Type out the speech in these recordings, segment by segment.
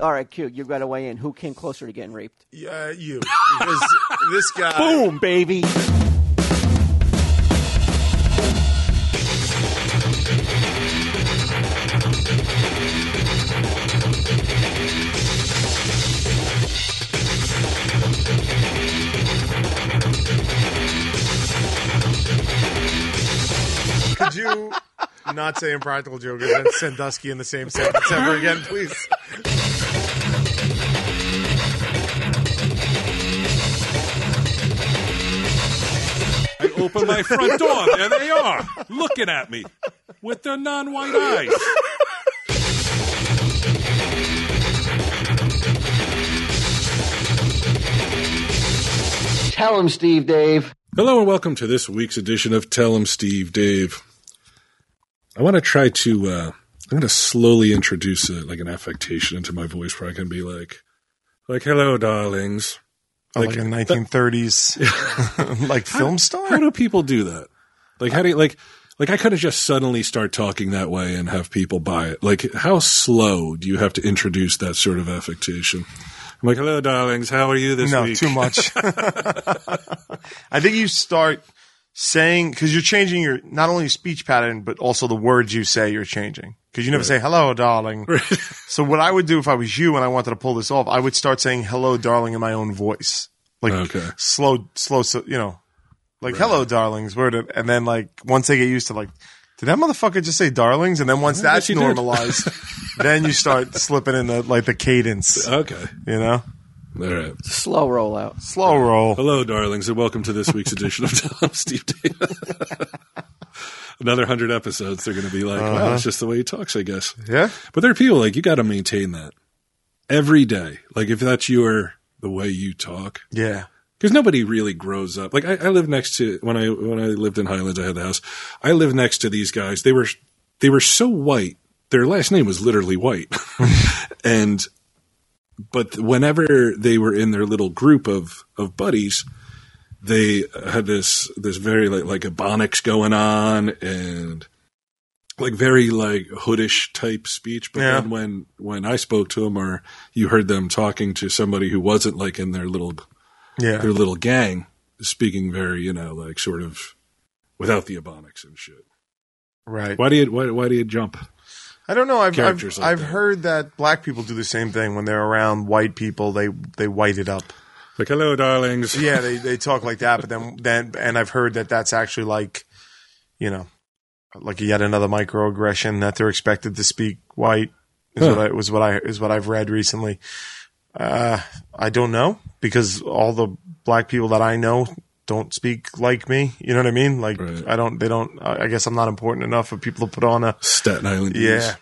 all right, Q, you got to weigh in. Who came closer to getting raped? Yeah, you. Because this guy. Boom, baby. Could you not say impractical jokers and Sandusky in the same sentence ever again, please? I open my front door. There they are, looking at me with their non-white eyes. Tell him, Steve, Dave. Hello and welcome to this week's edition of Tell 'em Steve Dave. I want to try to uh, I'm going to slowly introduce a, like an affectation into my voice where I can be like like hello darlings. Oh, Like, in 1930s, like film How star. do people do that? Like how do you like like I couldn't just suddenly start talking that way and have people buy it. Like how slow do you have to introduce that sort of affectation? I'm like hello darlings, how are you this No, week? too much. I think you start saying because you're changing your not only your speech pattern but also the words you say. You're changing because you never say "hello, darling." So what I would do if I was you and I wanted to pull this off, I would start saying "hello, darling" in my own voice, like Okay. slow, slow, so, you know, like "hello, darlings," word, of- and then like once they get used to like. Did that motherfucker just say darlings? And then once that's she did. normalized, then you start slipping in the like the cadence, Okay. you know? All right. Slow rollout. Slow roll. Hello, darlings, and welcome to this week's edition of Tom Steve Davis. Another hundred episodes, they're going to be like, "Wow, Uh-huh. that's just the way he talks," I guess. Yeah? But there are people like you got to maintain that every day. Like if that's your the way you talk, Yeah. because nobody really grows up. Like I, I live next to when I when I lived in Highlands, I had the house. I lived next to these guys. They were they were so white. Their last name was literally white, and but whenever they were in their little group of of buddies, they had this this very like like ebonics going on and like very like hoodish type speech. But Yeah. then when when I spoke to them or you heard them talking to somebody who wasn't like in their little Yeah. their little gang speaking very, you know, like sort of without the ebonics and shit. Right. Why do you why, why do you jump? I don't know. I've I've, Characters like I've that. heard that black people do the same thing when they're around white people. They they white it up. Like hello darlings. Yeah, they they talk like that. But then then and I've heard that that's actually like, you know, like yet another microaggression that they're expected to speak white. Is Huh. what I was what I is what I've read recently. Uh, I don't know because all the black people that I know don't speak like me. You know what I mean? Like Right. I don't. They don't. I I guess I'm not important enough for people to put on a. Staten Island. News. Yeah.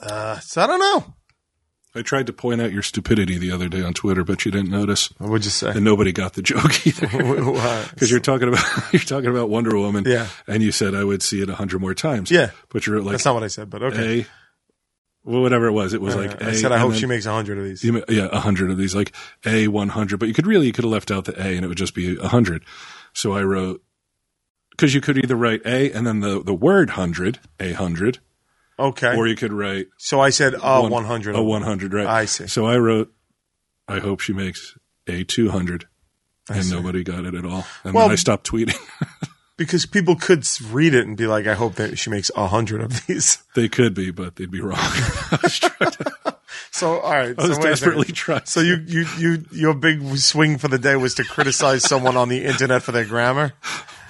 Uh, so I don't know. I tried to point out your stupidity the other day on Twitter, but you didn't notice. What would you say? And nobody got the joke either. Because Because you're talking about you're talking about Wonder Woman, Yeah. and you said I would see it a hundred more times, Yeah. But you're like that's not what I said, but okay. a, well, whatever it was, it was Uh, like I a, said, I and hope then- she makes a hundred of these. You may- yeah, a hundred of these, like A one hundred. But you could really you could have left out the A, and it would just be a hundred. So I wrote because you could either write A and then the the word hundred, a hundred, okay. or you could write so I said, uh, one- 100. a one hundred, right? I see. So I wrote, I hope she makes a two hundred, and nobody got it at all. And Well- then I stopped tweeting. Because people could s- read it and be like, I hope that she makes a hundred of these. they could be, but they'd be wrong. I was, trying to- So, all right. I was so wait a second. desperately trying. So you, you, you, your big swing for the day was to criticize someone on the internet for their grammar.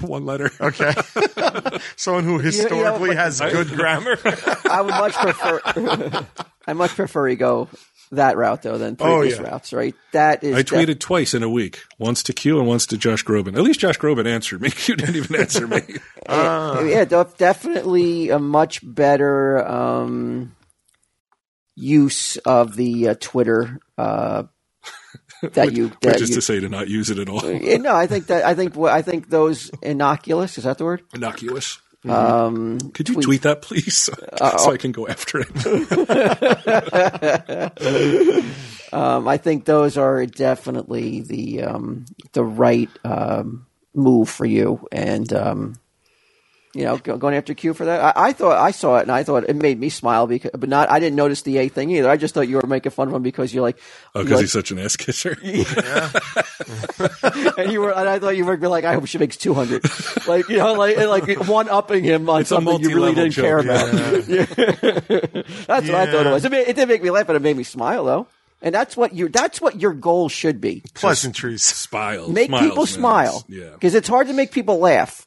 one letter. Okay. someone who historically but- has good grammar. I would much prefer. I much prefer you go that route though than Oh, previous yeah. routes, right? That is. I def- tweeted twice in a week, once to Q and once to Josh Groban. At least Josh Groban answered me. You didn't even answer me. Uh. yeah, def- definitely a much better um, use of the uh, Twitter uh, that you that Which is you. to say to not use it at all. Yeah, no, I think that I think I think those innocuous is that the word? Innocuous. Um, Could you tweet, that, please, Uh, so I can go after it? um, I think those are definitely the um, the right um, move for you, and um, you know, go- going after Q for that. I, I thought I saw it and I thought it made me smile because, but not. I didn't notice the A thing either. I just thought you were making fun of him because you're like, Oh, you're because he's such an ass kisser. like- and you were, and I thought you were like, I hope she makes two hundred, like you know, like and, like one upping him on a something you really multi-level didn't care joke, about. That's what I thought it Yeah. was. It, made, it did make me laugh, but it made me smile though. And that's what you. That's what your goal should be. Pleasantries. Smile. make Smiles, people man. smile Yeah. Mm-hmm. because it's hard to make people laugh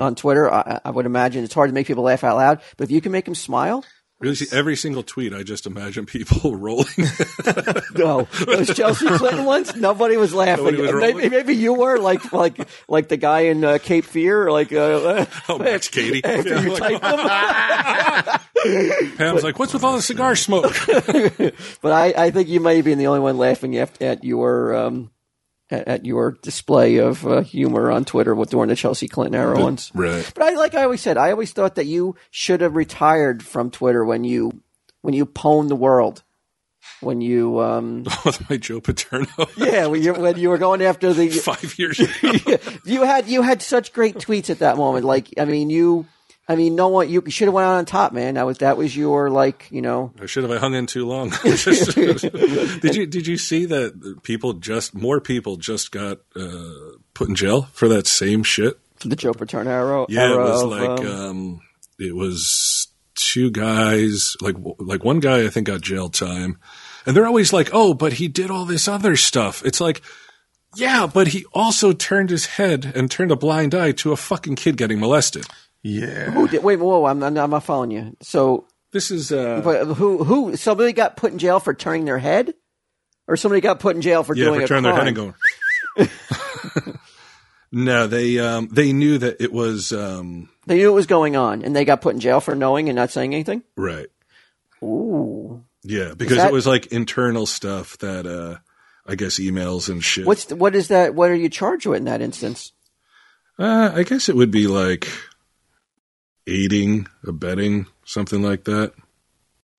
on twitter I, I would imagine it's hard to make people laugh out loud but if you can make them smile Really, see, every single tweet, I just imagine people rolling. no those chelsea clinton ones nobody was laughing Nobody was maybe, rolling? maybe you were like like like the guy in uh, cape fear like uh, oh, Max Katie. after you typed them Pam's like, what's with all the cigar smoke? but I, I think you may have been the only one laughing at, at your um, at, at your display of uh, humor on twitter with- during the chelsea clinton era ones right. But I like I always said, I always thought that you should have retired from Twitter when you when you pwned the world. When you um With my Joe Paterno yeah, when you when you were going after the five years ago. you had you had such great tweets at that moment. Like I mean you I mean no one you should have went out on top, man. That was that was your like, you know Or should have I hung in too long? did you did you see that people just more people just got uh, put in jail for that same shit? the Joe Paterno era. Yeah, it era was of, like um, um, it was two guys, like like one guy I think got jail time, and they're always like, "Oh, but he did all this other stuff." It's like, yeah, but he also turned his head and turned a blind eye to a fucking kid getting molested. Yeah. who did, wait, whoa, I'm, I'm not following you. So This is uh, but who who somebody got put in jail for turning their head? Or somebody got put in jail for yeah, doing for a turning their head crime? and going. no, they um, they knew that it was um, They knew it was going on, and they got put in jail for knowing and not saying anything. right. Ooh, Yeah, because that- it was like internal stuff that uh, I guess emails and shit. what's what is that? What are you charged with in that instance? Uh, I guess it would be like aiding, abetting, something like that.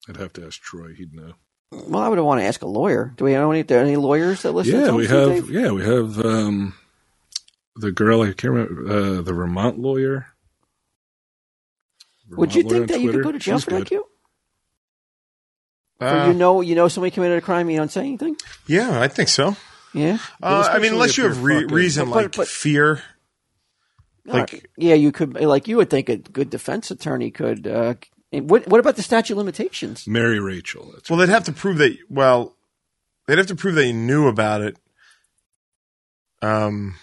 I'd have to ask Troy; he'd know. Well, I would want to ask a lawyer. Do we know any? There any lawyers that listen? yeah, to we us, have. Dave? Yeah, we have um, the girl. I can't remember uh, the Vermont lawyer. Would you Vermont lawyer think on that you could Twitter. go to jail She's for that? good. Uh, Q? Uh, you know, you know, somebody committed a crime. You don't say anything. yeah, I think so. Yeah, Uh, I especially mean, unless if you have you're re- fucking- reason But- like but- fear. Like- Alright. yeah, you could. Like, you would think a good defense attorney could. Uh, what What about the statute of limitations? Mary Rachel. That's Well, they'd have to prove that. Well, they'd have to prove they knew about it. Um.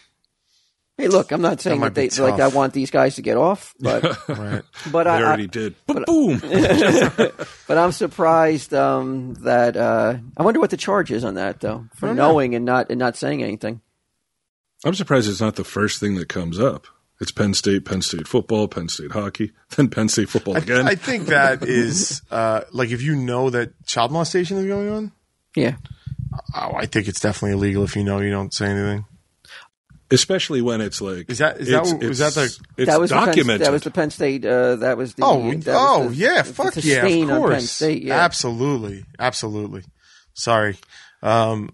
Hey, look, I'm not saying that, might be they like. I tough. want these guys to get off, but Right. but they I, I, already did. boom. But I'm surprised um, that uh, I wonder what the charge is on that though for knowing and not and not saying anything. I'm surprised it's not the first thing that comes up. It's Penn State, Penn State football, Penn State hockey, then Penn State football again. I think that is uh, like if you know that child molestation is going on. Yeah, Oh, I think it's definitely illegal if you know you don't say anything. Especially when it's like Is that- is that- it's- is that it's- the- it's that was The Penn, documented? that was the Penn State. Uh, that was the Oh, that was oh the- yeah, the- fuck the yeah, stain of on course, Penn State. Yeah, absolutely, absolutely. Sorry, um,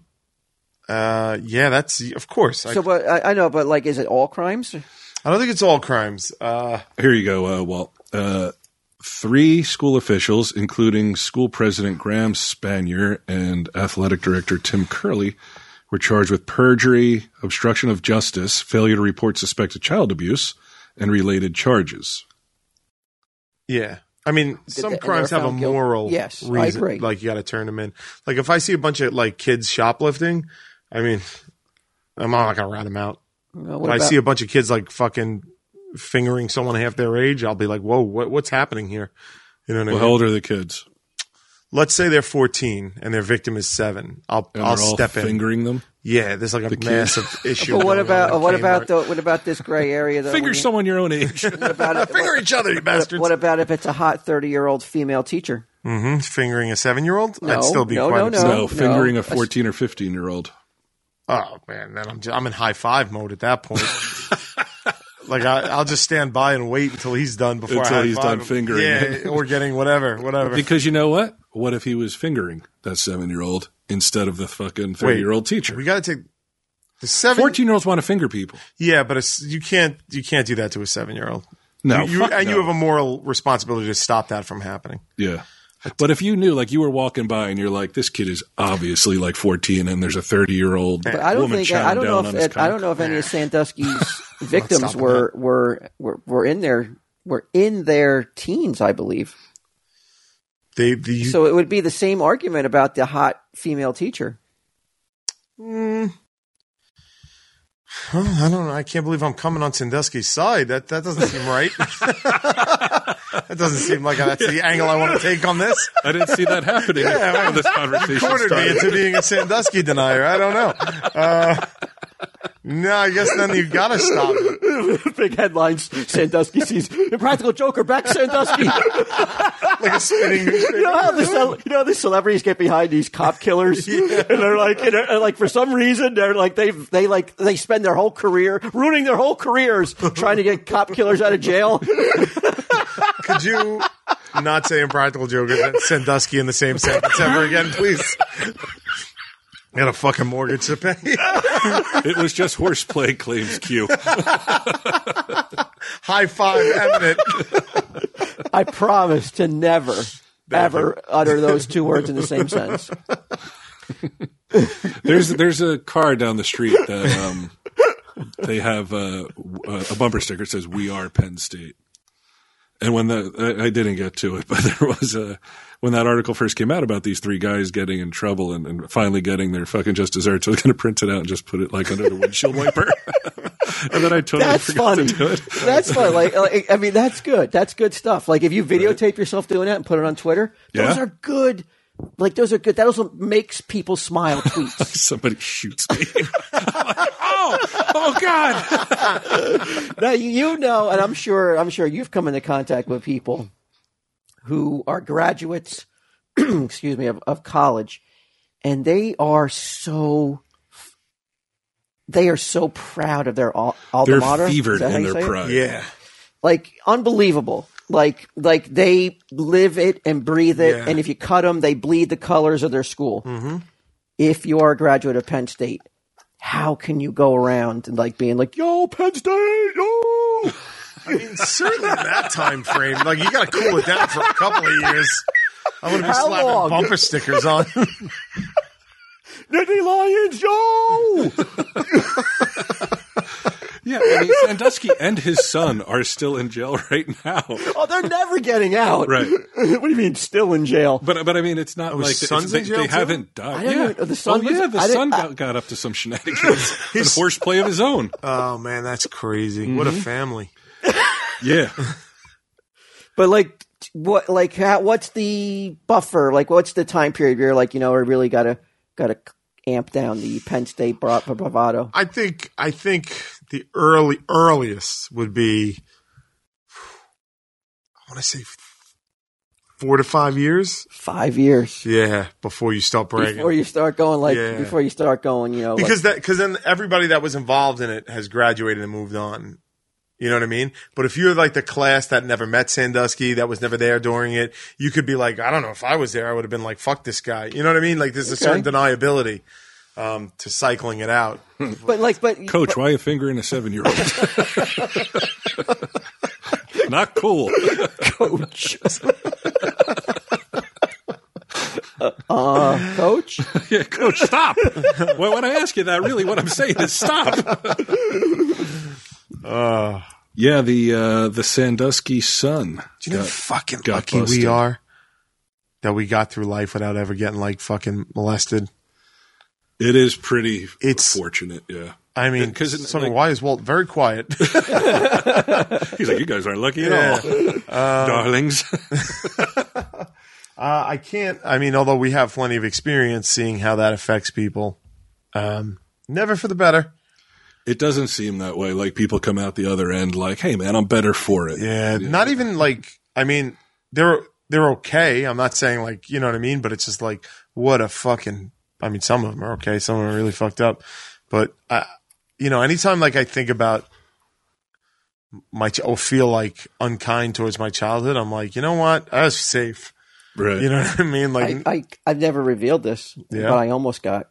uh, yeah, that's of course. I, So, but I, I know, but like, is it all crimes? I don't think it's all crimes. Uh, Here you go, uh, Walt. Uh, three school officials, including school president Graham Spanier and athletic director Tim Curley, were charged with perjury, obstruction of justice, failure to report suspected child abuse, and related charges. Yeah. I mean, some they- and crimes they're have a found guilty. moral Yes, I reason. agree. Like you got to turn them in. Like if I see a bunch of like kids shoplifting, I mean, I'm not gonna rat them out. Uh, If what I about- see a bunch of kids like fucking fingering someone half their age, I'll be like, whoa, what, what's happening here? You know what I Well, mean? how old are the kids? Let's say they're 14 and their victim is seven. I'll And I'll they're all step in. fingering them. Yeah, there's like a kid. massive issue. But what going on about at what about Kmart. the what about this gray area? That Finger when you- someone your own age. what about it- finger each other, you what, bastards? what about if it's a hot thirty year old female teacher? hmm Fingering a seven-year-old? No, I'd still be no, quite no, upset. no, no. fingering a That's- 14 or 15 year old. Oh man, then I'm just, I'm in high five mode at that point. like I, I'll just stand by and wait until he's done before Until I high he's done five him. fingering it. yeah, or getting whatever, whatever. Because you know what? What if he was fingering that seven year old instead of the fucking 30 year old we teacher? got to take the seven. 14 year olds want to finger people. Yeah, but it's, you can't you can't do that to a seven year old. No, You- fuck and you no. have a moral responsibility to stop that from happening. Yeah. But if you knew, like you were walking by and you're like, this kid is obviously like 14 and there's a 30 year old But I don't woman think chowing I don't know down if on his it, I cock. don't know if any of Sandusky's victims stopping were, were were were in their were in their teens, I believe. They, the, So it would be the same argument about the hot female teacher. Mm. Huh, I don't know. I can't believe I'm coming on Sandusky's side. That that doesn't seem right. that doesn't seem like that's the angle I want to take on this. I didn't see that happening Yeah, when this conversation Cornered me started. into being a Sandusky denier. I don't know. Uh, no, I guess then you've got to stop. it. Big headlines: Sandusky sees Impractical Joker back Sandusky. you Like a spinning newspaper. know how the cel- you know how the celebrities get behind these cop killers, and they're like, and they're, and like for some reason they're like they they like they spend their whole career ruining their whole careers trying to get cop killers out of jail. Could you not say Impractical Joker and Sandusky in the same sentence ever again, please? I got a fucking mortgage to pay. It was just horseplay claims Q. High five, eminent. I promise to never, ever utter those two words in the same sentence. There's there's a car down the street that um, they have a, a bumper sticker that says "We are Penn State." And when the I, I didn't get to it, but there was a when that article first came out about these three guys getting in trouble and, and finally getting their fucking just desserts, I was going to print it out and just put it like under the windshield wiper, and then I totally That's forgot funny. to do it. That's funny. Like, like, I mean, that's good. That's good stuff. Like, if you videotape yourself doing that and put it on Twitter, those Yeah. are good. Like, those are good. That also makes people smile. Tweets. Somebody shoots me. I'm like, oh, oh God! now you- you know, and I'm sure, I'm sure you've come into contact with people who are graduates. excuse me, of, of college, and they are so. They are so proud of their al- alma They're mater. Is fevered that how in you their say it? pride. Yeah. like unbelievable. Like like they live it and breathe it, Yeah. and if you cut them, they bleed the colors of their school. Mm-hmm. If you are a graduate of Penn State, how can you go around and like being like, "Yo, Penn State, yo"? I mean, certainly in that time frame, like you got to cool it down for a couple of years. I would have been How slapping long? bumper stickers on. Nittany Lions, yo! Yeah, I mean, Sandusky and his son are still in jail right now. oh, they're never getting out. Right. what do you mean, still in jail? But but I mean, it's not Oh, his like it's- son's they, in jail, they too? haven't died. don't yeah. know. The son oh, yeah, was- the I didn't- son I- got, got up to some shenanigans and horseplay of his own. oh man, that's crazy! What a family! Yeah, But like, t- what? Like, how, what's the buffer? Like, what's the time period where you're like, you know, we really gotta gotta amp down the Penn State bra- bravado? I think I think the early earliest would be I want to say four to five years. Five years. Yeah, before you stop bragging. before you start going like Yeah. before you start going you know like- because that because then everybody that was involved in it has graduated and moved on. You know what I mean? But if you're like the class that never met Sandusky, that was never there during it, you could be like, I don't know, if I was there, I would have been like, fuck this guy. You know what I mean? Like, there's a certain deniability um, to cycling it out. but like but coach, why a finger in a seven-year-old? not cool. coach uh coach Yeah, coach, stop. well, when I ask you that, really, what I'm saying is stop. yeah, the uh, the Sandusky son. Do you know got- how fucking got lucky busted. we are that we got through life without ever getting like fucking molested? It is pretty. It's- fortunate. Yeah, I mean, 'Cause it- because something. like- why is Walt very quiet? he's like, you guys aren't lucky at Yeah. all, Um, darlings. Uh, I can't. I mean, although we have plenty of experience seeing how that affects people, um, never for the better. It doesn't seem that way. Like people come out the other end, like, "Hey, man, I'm better for it." Yeah, not even like. I mean, they're they're okay. I'm not saying like you know what I mean, but it's just like what a fucking. I mean, some of them are okay. Some of them are really fucked up. But I, you know, anytime like I think about my ch- or feel like unkind towards my childhood, I'm like, you know what? I was safe. right. You know what I mean? Like, I, uh, I i've never revealed this Yeah. but i almost got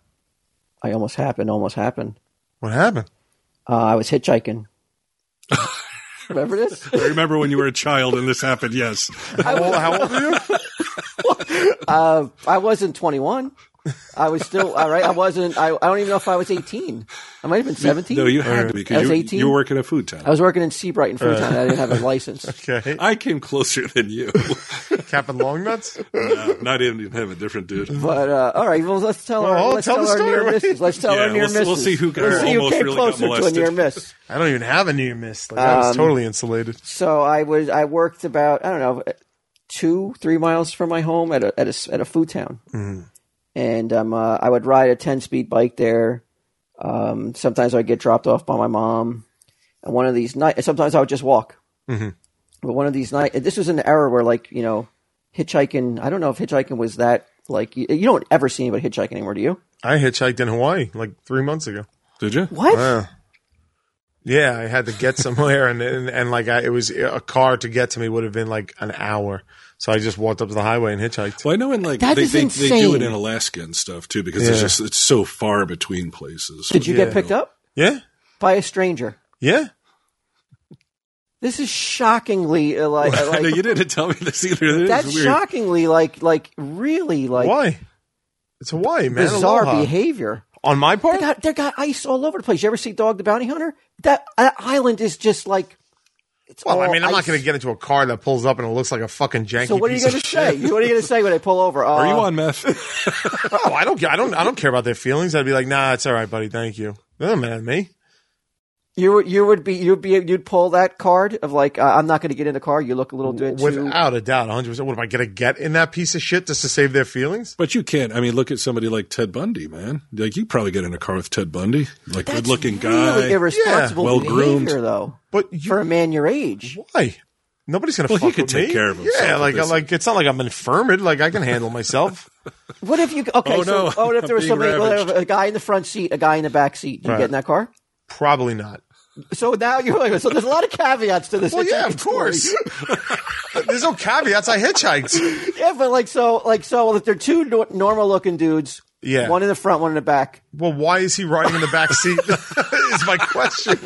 i almost happened almost happened what happened? uh, i was hitchhiking Remember this? I remember when you were a child and this happened. Yes. How old, how old are you? Uh, I wasn't 21. I was still all right. I wasn't. I, I don't even know if I was 18. I might have been 17. No, you had to be I because was you, Uh. 18. you were working at food I town. was working in Seabright in Freetown. I didn't have a license. Okay. I came closer than you. Captain Longnuts? no, not even have a different dude. But uh, all right, well let's tell Well, our I'll let's tell tell, the our near story. misses. Let's tell Yeah, our near we'll- misses. we'll see who got- Let's see who almost came really got closer to a molested. near miss. I don't even have a near miss. Like, I was totally insulated. So I was I worked about I don't know two three miles from my home at a at a s- at a food town, and um uh, I would ride a ten speed bike there. Um, sometimes I'd get dropped off by my mom, and one of these nights, sometimes I would just walk. But one of these nights, this was an era where like you know hitchhiking. I don't know if hitchhiking was that like you, you don't ever see anybody hitchhiking anymore, do you? I hitchhiked in Hawaii like three months ago. Did you? What? Yeah, I had to get somewhere, and and, and like I, it was a car to get to me would have been like an hour. So I just walked up to the highway and hitchhiked. Well, I know in like That they, is they, they do insane. it in Alaska and stuff too because it's Yeah. just it's so far between places. Did you get picked up Yeah, by a stranger? yeah. This is shockingly uh, like, I know like you didn't tell me this either. That is that's weird. shockingly like like really like Why? It's Hawaii, man. bizarre Aloha. behavior. on my They part. got they got ice all over the place. You ever see Dog the Bounty Hunter? That, that island is just like it's Well, all I mean, I'm not ice. going to get into a car that pulls up and it looks like a fucking janky. So what are you piece going of to say? shit. What are you going to say when I pull over? Uh, Are you on meth? Oh, I don't. ca- I don't. I don't care about their feelings. I'd be like, nah, it's all right, buddy. Thank you. They're not mad at me. You would- you would be you'd be you'd pull that card of like uh, I'm not going to get in the car. You look a little bit too. Without a doubt, 100. percent What am I going to get in that piece of shit just to save their feelings? but you can't. I mean, look at somebody like Ted Bundy, man. Like you probably get in a car with Ted Bundy, like That's good-looking guy. really irresponsible Yeah, well-groomed. behavior, though, But you, for a man your age. Why? Nobody's gonna Well, he fuck could with take me. care of himself Yeah, with like this. like it's not like I'm infirmed. Like I can handle myself. What if you okay? Oh, so no. oh, what if there was Being somebody, what if ravaged. a guy in the front seat, a guy in the back seat. You Right. get in that car. Probably not. So now you're like, so there's a lot of caveats to this. Well, yeah, hitchhiking of course. story. There's no caveats. I hitchhiked. yeah, but like so, like so, if they're two normal looking dudes, Yeah. one in the front, one in the back. Well, why is he riding in the back seat? is my question.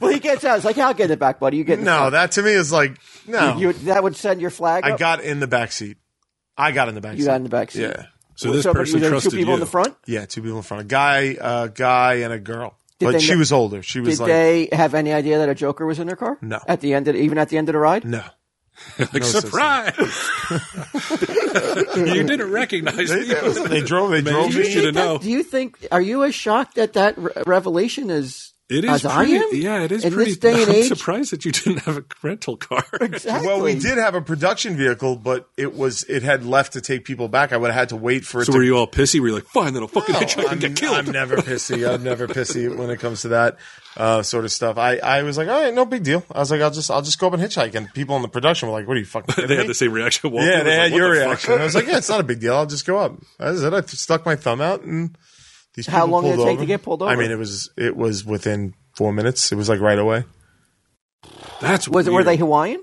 Well, he gets out. It's like, I'll get in the back, buddy. You get in the No, front." that to me is like no. you, that would send your flag. I up. got in the back seat. I got in the back. you seat. got in the back seat. Yeah, so this so, but person there were two trusted people you. in the front. yeah. Two people in front. A guy, a guy, and a girl. they but she kn- was older. She was Did like they have any idea that a Joker was in their car? No. At the end, of, even at the end of the ride, no. Like such surprise! you didn't recognize They, me. they, listen, they drove. They Man, drove you me. should have That- known. do you think? Are you as shocked at that re- revelation as It is as I pretty. am? Yeah, it is in pretty. this day and I'm age. surprised that you didn't have a rental car. Exactly. Well, we did have a production vehicle, but it was it had left to take people back. I would have had to wait for it So to. were you all pissy? Were you like, fine, then I'll fucking No, hitch hitchhike I'm, and get killed? I'm never pissy. I'm never pissy when it comes to that uh, sort of stuff. I, I was like, all right, no big deal. I was like, I'll just I'll just go up and hitchhike. And people in the production were like, what are you fucking? kidding they me? had the same reaction. Walter yeah, was they like, had what your the fuck? reaction. I was like, yeah, it's not a big deal. I'll just go up. That was it. I stuck my thumb out and these. How people long did pulled it take over. to get pulled I over? mean, it was it was within four minutes. It was like right away. That's Was it, weird. were they Hawaiian?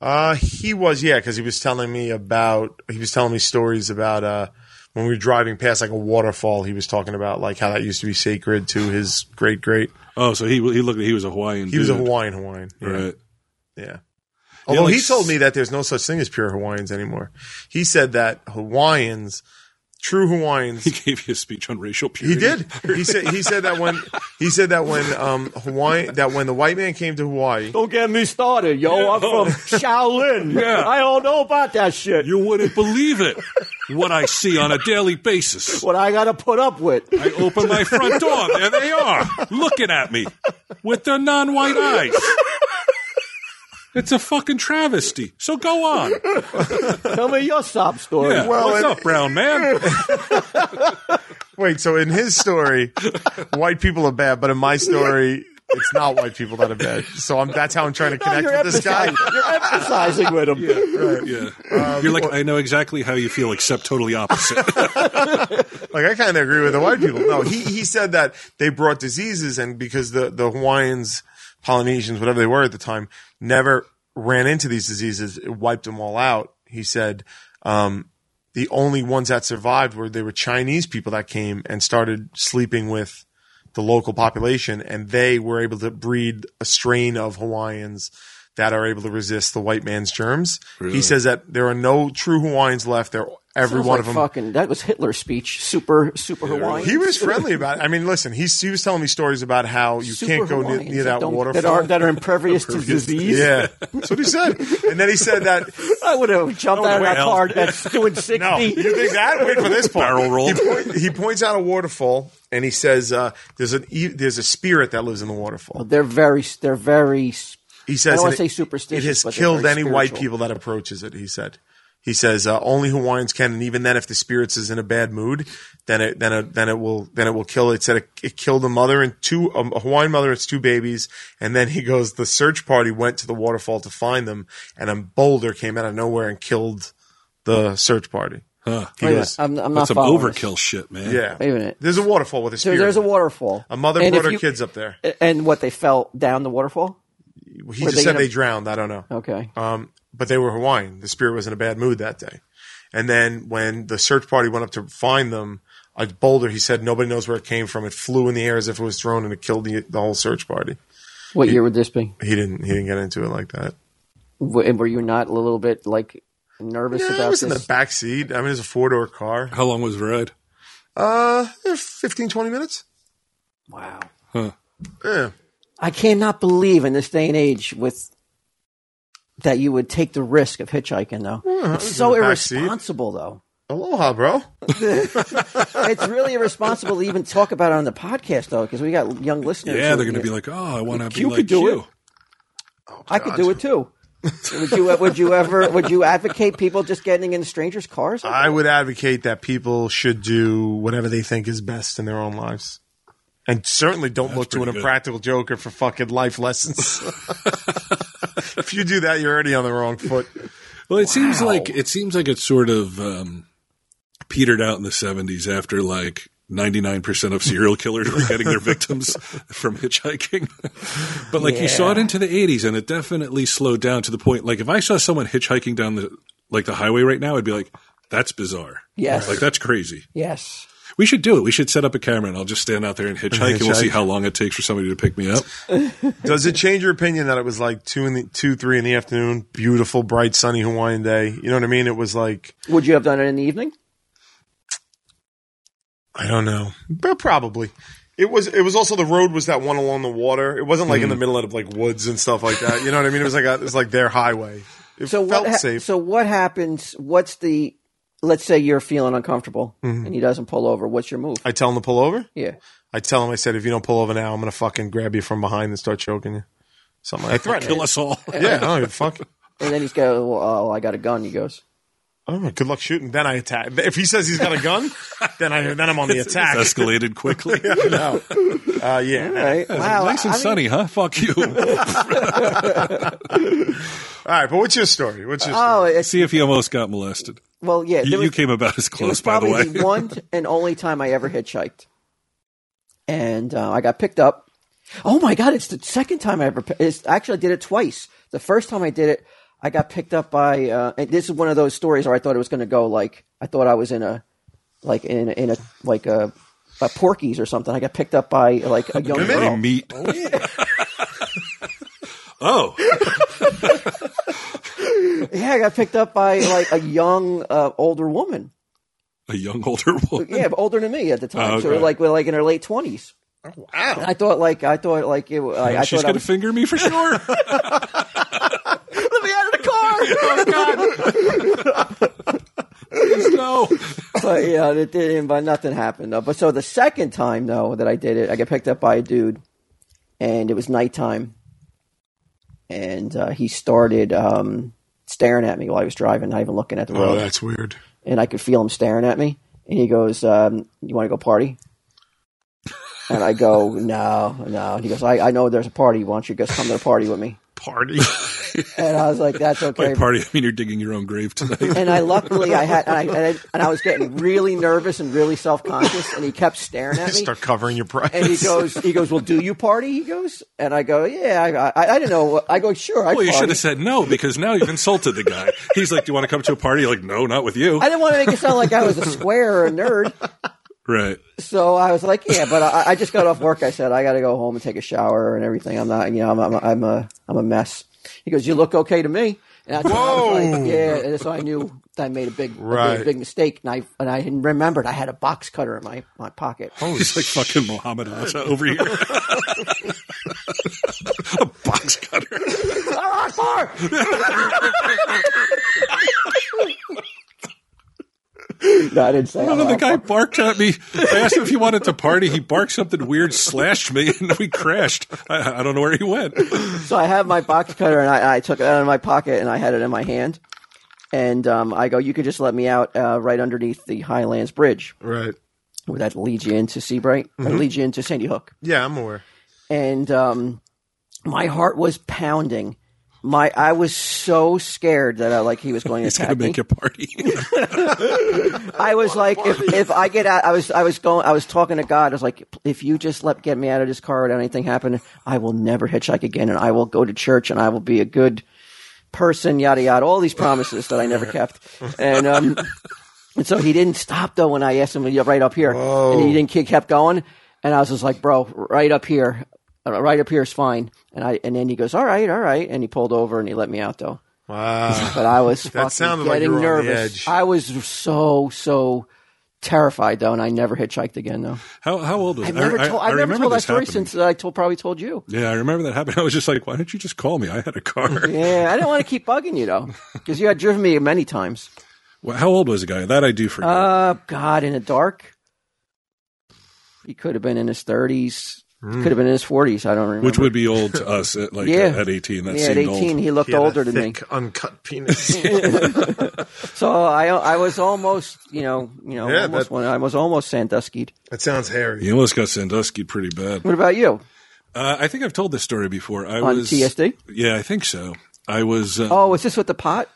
Uh, he was, yeah, because he was telling me about, he was telling me stories about, uh, when we were driving past like a waterfall, he was talking about like how that used to be sacred to his great great. Oh, so he he looked. He was a Hawaiian. He was a dude. Hawaiian Hawaiian. Yeah. Right. Yeah. Although like he s- told me that there's no such thing as pure Hawaiians anymore. He said that Hawaiians, true Hawaiians, He gave you a speech on racial He purity. did. He said he said that when he said that when um Hawaii that when the white man came to Hawaii. Don't get me started, yo. I'm from Shaolin. Yeah. I don't know about that shit. You wouldn't believe it. What I see on a daily basis. what I gotta put up with. I open my front door. There they are, looking at me with their non-white eyes. It's a fucking travesty. So go on. Tell me your sob story. Yeah. Well, What's and- up, brown man? Wait, so in his story, white people are bad, but in my story, it's not white people that are bad. So I'm, that's how I'm trying to No, connect you're, with this guy. emphasizing, you're emphasizing with him. Yeah. Uh, You're like, I know exactly how you feel, except totally opposite. Like I kind of agree with the white people. No, he he said that they brought diseases, and because the the Hawaiians, Polynesians, whatever they were at the time, never ran into these diseases, it wiped them all out. He said. Um, the only ones that survived were they were Chinese people that came and started sleeping with the local population, and they were able to breed a strain of Hawaiians that are able to resist the white man's germs. Really? He says that there are no true Hawaiians left. There, every Sounds like one of them. Fucking, that was Hitler's speech. Super, super Hawaiian. He was friendly about. It. I mean, listen, he's, he was telling me stories about how you Super can't go near, Hawaiians near that don't- waterfall. That are, that are impervious to Impervious. disease. yeah, that's what he said. And then he said that I would have jumped out of that well. car that's doing 60. No, you think that? Wait for this part. Barrel He, roll. point- he points out a waterfall, and he says, uh, "There's an e- there's a spirit that lives in the waterfall." They're very, they're very. s- He says, I don't wanna and say it- superstitious, It has but they're killed very any white spiritual. people that approaches it. He said. He says uh, only Hawaiians can, and even then, if the spirits is in a bad mood, then it then it, then it will then it will kill. It said it, it killed a mother and two um, a Hawaiian mother and its two babies, and then he goes. The search party went to the waterfall to find them, and a boulder came out of nowhere and killed the search party. Huh. He Wait a goes, minute, I'm, I'm not That's some following this. overkill shit, man. yeah. Wait a minute. There's a waterfall with a So spirit. there's a waterfall. A mother And brought if her you- kids up there. And what they fell down the waterfall? He they just said gonna- they drowned. I don't know. Okay. Um, but they were Hawaiian. The spirit was in a bad mood that day. And then when the search party went up to find them, a boulder, he said, nobody knows where it came from. It flew in the air as if it was thrown and it killed the, the whole search party. What year would this be? He didn't, he didn't get into it like that. W- and Were you not a little bit like nervous Yeah, I about was this? in the back seat. I mean, it was a four door car. How long was the ride? Uh, eh, 15, 20 minutes. wow. Huh. Yeah. I cannot believe in this day and age with that you would take the risk of hitchhiking though. I it's was so in the back seat. irresponsible though. Aloha, bro. It's really irresponsible to even talk about it on the podcast though because we got young listeners. Yeah, who- they're going to be like, oh, I want to be You like could do you. it. I could do it too. would you uh, would you ever would you advocate people just getting in strangers' cars? I would advocate that people should do whatever they think is best in their own lives. And certainly don't look to an pretty good. impractical joker for fucking life lessons. if you do that, you're already on the wrong foot. Well, it seems like it seems like it sort of um, petered out in the '70s after like 99% of serial killers were getting their victims from hitchhiking. but like you saw it into the '80s, and it definitely slowed down to the point. Like if I saw someone hitchhiking down the like the highway right now, I'd be like, "That's bizarre. Yes. like that's crazy. yes. We should do it. We should set up a camera, and I'll just stand out there and hitchhike, and we'll hitchhike. see how long it takes for somebody to pick me up. Does it change your opinion that it was like two in the two, three in the afternoon, beautiful, bright, sunny Hawaiian day? You know what I mean? It was like Would you have done it in the evening? I don't know, but probably. It was. It was also the road was that one along the water. It wasn't like Mm. in the middle of like woods and stuff like that. You know what I mean? It was like a, it was like their highway. It So felt what? ha- safe. So what happens? What's the? Let's say you're feeling uncomfortable and he doesn't pull over. What's your move? I tell them to pull over. yeah. I tell him, I said, if you don't pull over now, I'm going to fucking grab you from behind and start choking you. Something like that. Kill us all. yeah, I don't give a fuck. And then he's go, well, oh, I got a gun. He goes, Oh, good luck shooting. Then I attack. If he says he's got a gun, then I then I'm on the attack. Escalated quickly. no. Uh, yeah. all right, wow, Nice I and mean, sunny, huh? Fuck you. All right, but what's your story? What's your story? Oh, it's, See if he almost got molested. well, yeah. You, there was- you came about as it was close, by the probably way. the one and only time I ever hitchhiked, and uh, I got picked up. Oh my god, it's the second time I ever. pi- It's, actually, I did it twice. The first time I did it, I got picked up by. Uh, and this is one of those stories where I thought it was going to go like I thought I was in a, like in in a like a, a Porky's or something. I got picked up by like a young Got any girl. meat. oh, Yeah, I got picked up by like a young uh, older woman. a young older woman. Yeah, but older than me at the time. Oh, So okay. like we're like in her late twenties. wow. I thought like I thought like it. I, I She's thought I gonna was, finger me for sure. let me out of the car. no, but yeah, it didn't. But nothing happened though. But so the second time though that I did it, I got picked up by a dude, and it was nighttime, and uh, he started um, staring at me while I was driving, not even looking at the Oh, road, that's weird. and I could feel him staring at me. And he goes, um, "You want to go party?" And I go, "No, no." And he goes, "I, I know there's a party. Why don't you just come to the party with me?" Party. And I was like, "That's okay." Like party. I mean, you're digging your own grave tonight. and I luckily I had and I, and I and I was getting really nervous and really self conscious, and he kept staring at me. Start covering your price. And he goes, he goes, well, do you party? He goes, and I go, yeah, I, I, I don't know. I go, sure, I Well, you should party. have said no because now you've insulted the guy. He's like, "Do you want to come to a party?" You're like, no, not with you. I didn't want to make it sound like I was a square or a nerd. Right. So I was like, yeah, but I, I just got off work. I said I got to go home and take a shower and everything. I'm not, you know, I'm, I'm, I'm a, I'm a mess. He goes, you look okay to me. And I, so I was Whoa. like, yeah, and so I knew I made a big, a big- Right. big, mistake, and I and I hadn't remembered I had a box cutter in my my pocket. He's like fucking Muhammad Atta over here. a box cutter. Allah Akbar! no, I didn't say. I Allah the guy Akbar. barked at me. I asked him if he wanted to party. He barked something weird, slashed me, and we crashed. I, I don't know where he went. So I have my box cutter and I, I took it out of my pocket and I had it in my hand. And um, I go, you could just let me out uh, right underneath the Highlands Bridge, Right. where that leads you into Seabright, or leads you into Sandy Hook. Yeah, I'm aware. And um, my heart was pounding. My I was so scared that I like he was going to He's going attack to me. make a party. I was like, if, if I get out, I was, I was going, I was talking to God. I was like, if you just let get me out of this car without anything happening, I will never hitchhike again, and I will go to church, and I will be a good person, yada yada. All these promises that I never kept, and um, and so he didn't stop though when I asked him "You're right up here, and he didn't he kept going, and I was just like, bro, right up here, Uh, right up here is fine, and I and then he goes, all right, all right, and he pulled over and he let me out though Wow. but I was fucking sounded like getting you were on the nervous. edge. I was so so terrified though, and I never hitchhiked again though. How, how old was I've never told I've never told that story since I told probably told you. Yeah, I remember that happened. I was just like, why don't you just call me? I had a car. Yeah, I didn't want to keep bugging you though, because you had driven me many times. Well, how old was the guy? That I do forget. Uh, God, in the dark, he could have been in his thirties, Hmm. could have been in his forties. I don't remember. which would be old to us at like Yeah. at 18. That yeah, at seemed eighteen, old. he looked older than me. Uncut penis. So I, I was almost, you know, you know, Yeah, almost that- one. I was almost sanduskied. that sounds hairy. He almost got Sandusky pretty bad. What about you Uh, I think I've told this story before. I on was TSD? Yeah, I think so. I was uh, Oh, is this with the pot?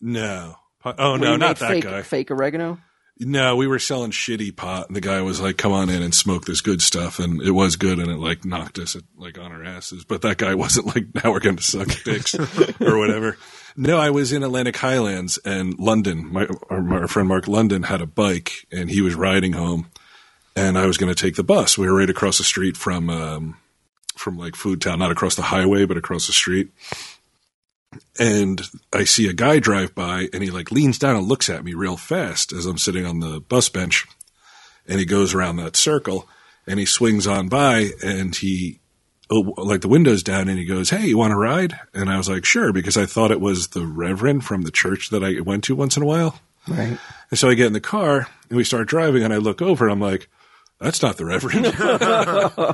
no. Oh Where no, you not make that fake, guy. Fake oregano. No, we were selling shitty pot, and the guy was like, "Come on in and smoke this good stuff," and it was good, and it like knocked us like on our asses. But that guy wasn't like, "Now we're going to suck dicks" or whatever. No, I was in Atlantic Highlands and London. My our, our friend Mark London had a bike, and he was riding home, and I was going to take the bus. We were right across the street from um, from like Food Town, not across the highway, but across the street and I see a guy drive by and he like leans down and looks at me real fast as I'm sitting on the bus bench and he goes around that circle and he swings on by and he oh, like the windows down and he goes, "Hey, you want to ride?" And I was like, "Sure," because I thought it was the reverend from the church that I went to once in a while. Right. And so I get in the car and we start driving and I look over and I'm like, that's not the Reverend.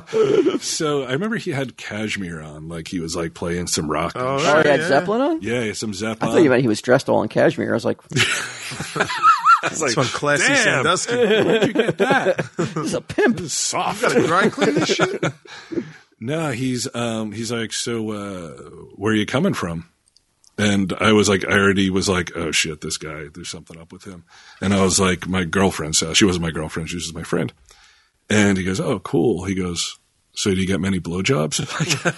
so I remember he had cashmere on, like he was like playing some rock. and shit. Oh, he had yeah. Zeppelin on. Yeah, yeah, some Zeppelin. I thought you meant he was dressed all in cashmere. I was like, this That's like, classy damn. Sandusky. You is a pimp. soft. gotta dry clean this shit. No, he's um he's like, so uh where are you coming from? And I was like, I already was like, oh shit, this guy, there's something up with him. And I was like, my girlfriend's house. She wasn't my girlfriend, she was just my friend. And he goes, oh cool. He goes, so do you get many blowjobs?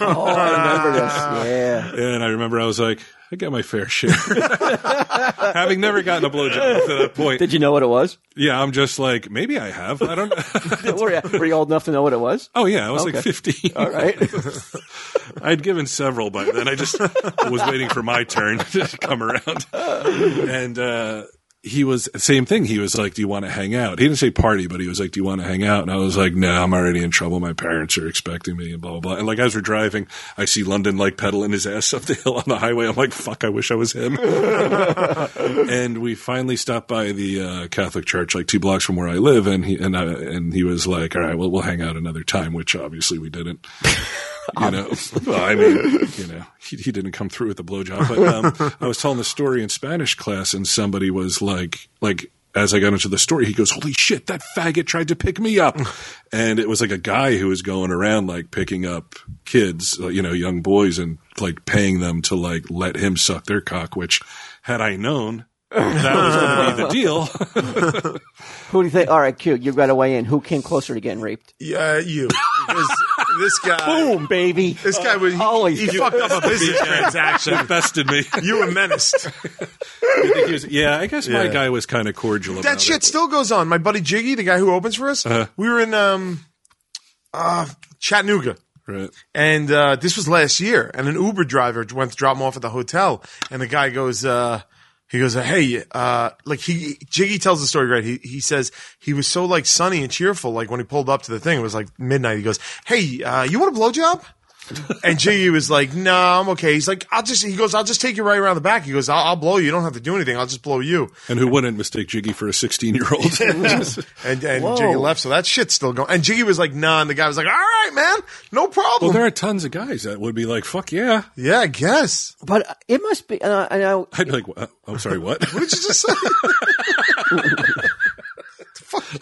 Oh, Ah. I remember this. Yeah. and I remember I was like, I got my fair share, having never gotten a blowjob to that point. Did you know what it was? yeah, I'm just like, maybe I have. I don't. were, you, were you old enough to know what it was? oh yeah, I was like Okay. 15. All right. I'd given several by then. I just was waiting for my turn to come around. And uh, he was same thing. He was like, "Do you want to hang out?" He didn't say party, but he was like, "Do you want to hang out?" And I was like, "No, I'm already in trouble. My parents are expecting me," and blah blah blah. And like as we're driving, I see London like pedaling his ass up the hill on the highway. I'm like, "Fuck! I wish I was him." and we finally stopped by the uh, Catholic church, like two blocks from where I live, and he and I, and he was like, "All right, well, we'll hang out another time," which obviously we didn't. You Um, know, well, I mean, you know, he, he didn't come through with the blowjob. But um, I was telling the story in Spanish class, and somebody was like, like as I got into the story, he goes, "Holy shit, that faggot tried to pick me up," and it was like a guy who was going around like picking up kids, uh, you know, young boys, and like paying them to like let him suck their cock. Which, had I known, that was going to be the deal. Who do you think? All right, cute. You've got to weigh in. Who came closer to getting raped? Yeah, you. Because this guy. Boom, baby. This guy was he, Always. he fucked up a business transaction. Bested me. You were menaced. yeah, I guess my Yeah. guy was kind of cordial about That shit it. still goes on. My buddy Jiggy, the guy who opens for us, we were in um, uh, Chattanooga. Right. And uh, this was last year, and an Uber driver went to drop him off at the hotel, and the guy goes, uh, he goes, hey, uh, like he Jiggy tells the story right. He he says he was so like sunny and cheerful, like when he pulled up to the thing, it was like midnight. He goes, hey, uh, you want a blowjob? And Jiggy was like, "No, I'm okay." He's like, "I'll just," he goes, "I'll just take you right around the back." He goes, "I'll, I'll blow you. You don't have to do anything. I'll just blow you." And who wouldn't mistake Jiggy for a 16 year old? And, and Whoa. Jiggy left, so that shit's still going. And Jiggy was like, "Nah," and the guy was like, "All right, man, no problem." Well, there are tons of guys that would be like, fuck yeah. yeah, I guess. Uh, But it must be. Uh, I know. I'd be like, "Wha- I'm sorry, what? What did you just say?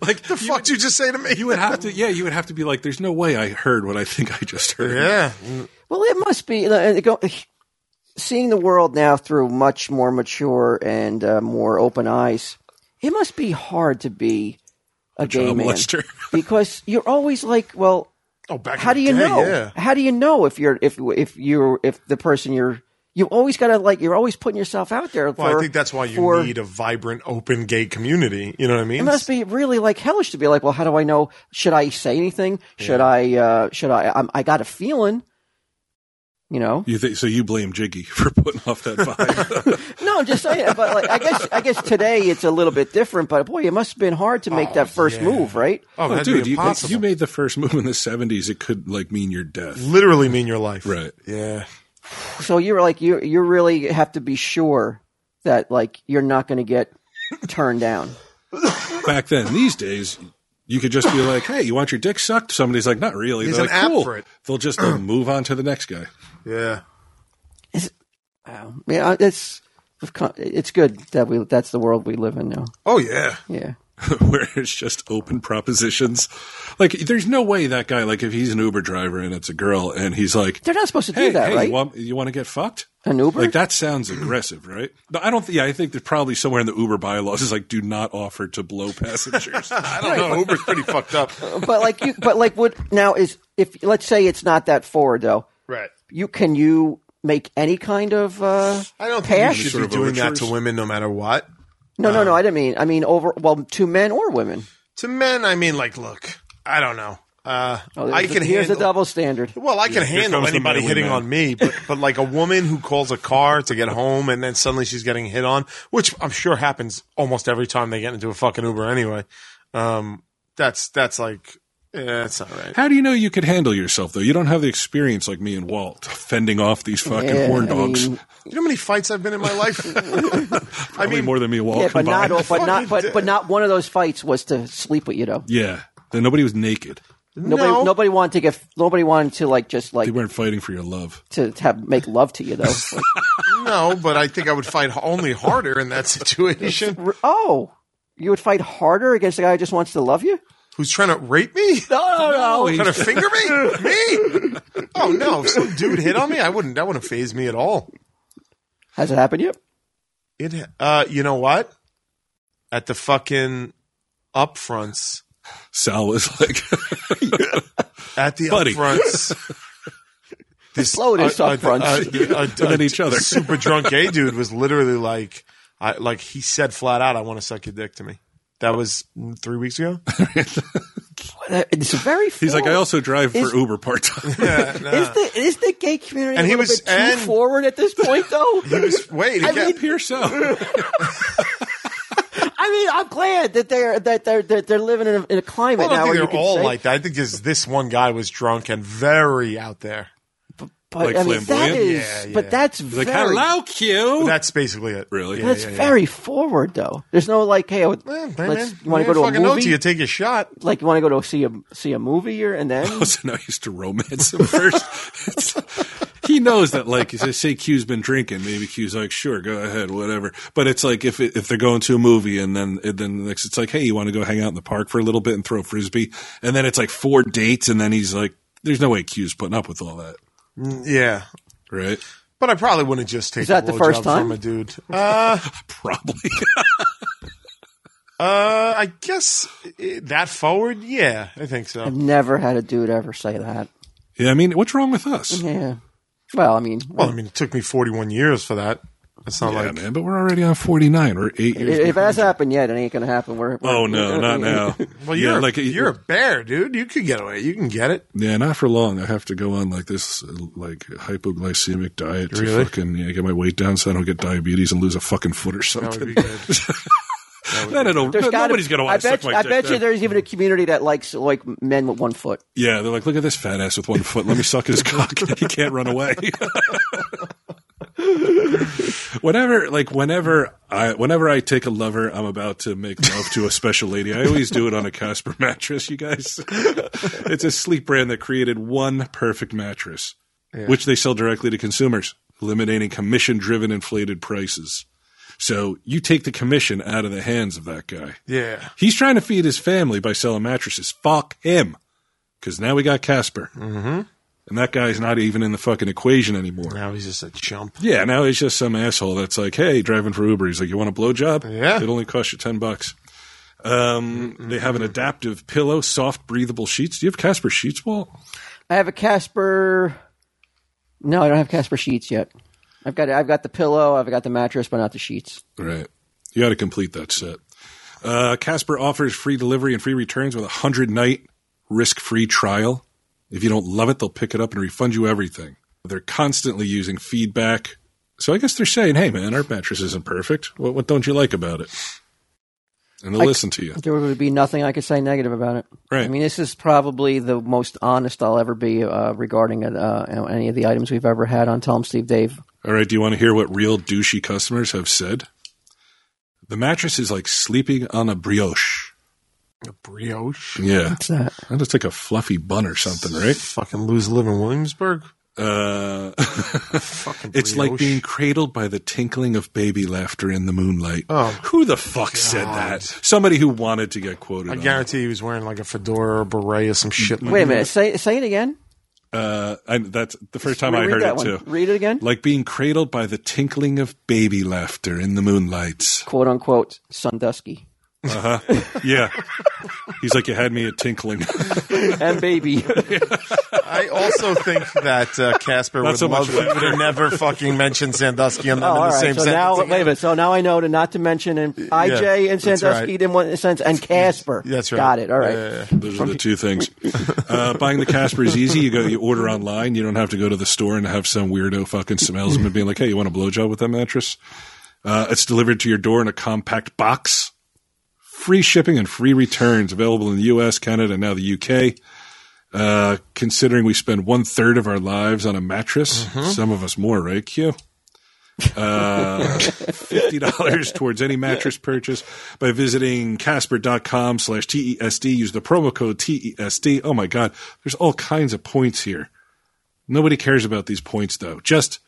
like, the fuck did you just say to me? you would have to, yeah, you would have to be like, there's no way I heard what I think I just heard. Yeah. Well, it must be. uh, and go- Seeing the world now through much more mature and uh, more open eyes, it must be hard to be a, gay child man molester. because you're always like, well, Oh, back. how in do the you day, know? Yeah. How do you know if you're if if you're if the person you're you always gotta like you're always putting yourself out there. Well, for- I think that's why you for- need a vibrant, open gay community. You know what I mean? It must be really like hellish to be like, well, how do I know? Should I say anything? Should I? Uh, should I? I'm, I got a feeling. You know? You think, so you blame Jiggy for putting off that vibe. No, I'm just saying. But like, I guess, I guess today it's a little bit different. But boy, it must have been hard to make that first Oh, yeah. move, right? Oh, oh, that'd dude, be you, if impossible. you made the first move in the 70s, it could like mean your death. literally mean your life. Right. Yeah. So you're like, you you really have to be sure that like you're not going to get turned down. Back then, these days, you could just be like, hey, you want your dick sucked? Somebody's like, not really. There's They're an like, app cool. for it. They'll just they'll move on to the next guy. Yeah. Wow. Yeah, it's we've come- it's good that we that's the world we live in now. Oh yeah. Yeah. where it's just open propositions. Like, there's no way that guy, like, if he's an Uber driver and it's a girl and he's like, They're not supposed to do hey, that, hey, right? you want you want to get fucked? An Uber? Like, that sounds aggressive, right? But I don't. Th- yeah, I think there's probably somewhere in the Uber bylaws is like, do not offer to blow passengers. I don't know. Uber's pretty fucked up. but like you but like would now is if let's say it's not that forward though Right. you can you make any kind of uh I don't think pass you should Sort be of doing that to overtures. women, no matter what. no no no i didn't mean i mean over well to men or women To men, I mean, like, look, I don't know. Uh, oh, I there's a- can here's handle. a double standard Well, I can here handle comes the anybody manly hitting man. on me, but but like a woman who calls a car to get home and then suddenly she's getting hit on, which I'm sure happens almost every time they get into a fucking Uber anyway. Um, that's that's like eh, that's not right. How do you know you could handle yourself though? You don't have the experience like me and Walt fending off these fucking Yeah, horn I dogs. mean, You know how many fights I've been in my life? I Probably mean, more than me and Walt yeah, but not combined. all- but not Fucking but, dick. but not one of those fights was to sleep with you though yeah, then nobody was naked. nobody No. nobody wanted to get nobody wanted to like just like They weren't fighting for your love. to have make love to you though Like, no, but I think I would fight only harder in that situation. r- oh you would fight harder against a guy who just wants to love you Who's trying to rape me? no no no Trying to finger me? Me? Oh no! If some dude hit on me, I wouldn't. That wouldn't phase me at all. has it happened to you It, uh, you know what? At the fucking upfronts, Sal was like, at the Buddy. upfronts, this Blow this uh, uh, upfronts. uh, uh, and then each other. super drunk gay dude was literally like, I like he said flat out, "I want to suck your dick to me." That was three weeks ago. it's very He's like, I forward. also drive Is- for Uber part time. Yeah, Is nah. the is the gay community And a he little was- bit too and- forward at this point, though? He was- wait, I again, mean- Pierce out. I mean, I'm glad that they're that they're they're, they're living in a, in a I climate don't now think where you they're can all say, like that. I think this this one guy was drunk and very out there. but like I mean, that flamboyant? is, Yeah, yeah. but that's Like, very hello, Q. That's basically it. Really? Yeah, that's yeah, yeah. very forward, though. There's no like, hey, I would- Yeah, hey, let's, man, you want to you go to a fucking know till movie? You take a shot. Like, you want to go to see a see a movie or and then so now he's to romance him first. he knows that, like, if they say Q's been drinking, maybe Q's like, sure, go ahead, whatever. But it's like if it, if they're going to a movie and then and then the next, it's like, hey, you want to go hang out in the park for a little bit and throw frisbee, and then it's like four dates, and then he's like, there's no way Q's putting up with all that, Yeah. right? But I probably wouldn't just take Is that a the first blowjob time? from a dude. Uh, Probably. uh, I guess eh, that forward. Yeah, I think so. I've never had a dude ever say that. Yeah, I mean, what's wrong with us? Yeah. Well, I mean, Well, I mean, it took me 41 years for that. That's not Yeah, like man, but we're already on 49 or eight years. if it hasn't happened yet, it ain't going to happen. We're, oh, no, not now. Well, you're yeah, like you're a bear, dude. You could get away. You can get it. Yeah, not for long. I have to go on like this, uh, like hypoglycemic diet to Really? fucking yeah, get my weight down so I don't get diabetes and lose a fucking foot or something. would be good. Oh, no, no, no. There's no- gotta- nobody's gonna I want to bet, suck you- my I dick bet you there. there's even a community that likes like men with one foot. Yeah, they're like, look at this fat ass with one foot. Let me suck his cock. He can't run away. whenever, like, whenever I, whenever I take a lover, I'm about to make love to a special lady. I always do it on a Casper mattress. You guys, it's a sleep brand that created one perfect mattress, which they sell directly to consumers, eliminating commission-driven inflated prices. So you take the commission out of the hands of that guy. Yeah. He's trying to feed his family by selling mattresses. Fuck him. Because now we got Casper. Mm-hmm. And that guy's not even in the fucking equation anymore. Now he's just a chump. Yeah, now he's just some asshole that's like, hey, driving for Uber. He's like, you want a blowjob? Yeah. It only costs you 10 bucks. Um, They have an adaptive pillow, soft, breathable sheets. Do you have Casper sheets, Walt? I have a Casper. No, I don't have Casper sheets yet. I've got I've got the pillow, I've got the mattress, but not the sheets. Right. You got to complete that set. Uh, Casper offers free delivery and free returns with a 100 night risk free trial. If you don't love it, they'll pick it up and refund you everything. They're constantly using feedback. So I guess they're saying, hey, man, our mattress isn't perfect. What, what don't you like about it? And they'll listen to you. There would be nothing I could say negative about it. Right. I mean, this is probably the most honest I'll ever be uh, regarding uh, you know, any of the items we've ever had on Tell 'em Steve Dave. All right. Do you want to hear what real douchey customers have said? The mattress is like sleeping on a brioche. A brioche. Yeah. What's that? That's like a fluffy bun or something, right? Fucking lose a living Williamsburg. Uh, Fucking It's like brioche. being cradled by the tinkling of baby laughter in the moonlight. Oh. who the fuck said that? Somebody who wanted to get quoted. I on guarantee he was wearing like a fedora or a beret or some shit. Like Wait a minute. Say say it again. it. Uh, I, that's the first time I Read heard that it one. too. Read it again. Like being cradled by the tinkling of baby laughter in the moonlight. "Quote unquote Sandusky Yeah, he's like you had me at tinkling. and baby." I also think that uh, Casper Not would so much love you laughter. to never fucking mention Sandusky and them Oh, in all the right. same so sentence. now, wait a minute. So now I know to not to mention and IJ and that's Sandusky right. didn't want the sense and Casper. That's right. Got it. All right. Yeah, yeah, Those are the two things. Uh, buying the Casper is easy. You go, you order online. You don't have to go to the store and have some weirdo fucking smells them and being like, "Hey, you want a blowjob with that mattress?" Uh, it's delivered to your door in a compact box. Free shipping and free returns available in the U.S., Canada, and now the U.K. Uh, considering we spend one third of our lives on a mattress, some of us more, right? Q. Uh, fifty dollars towards any mattress purchase by visiting Casper.com slash TESD. Use the promo code TESD. Oh my god, there's all kinds of points here. Nobody cares about these points though. Just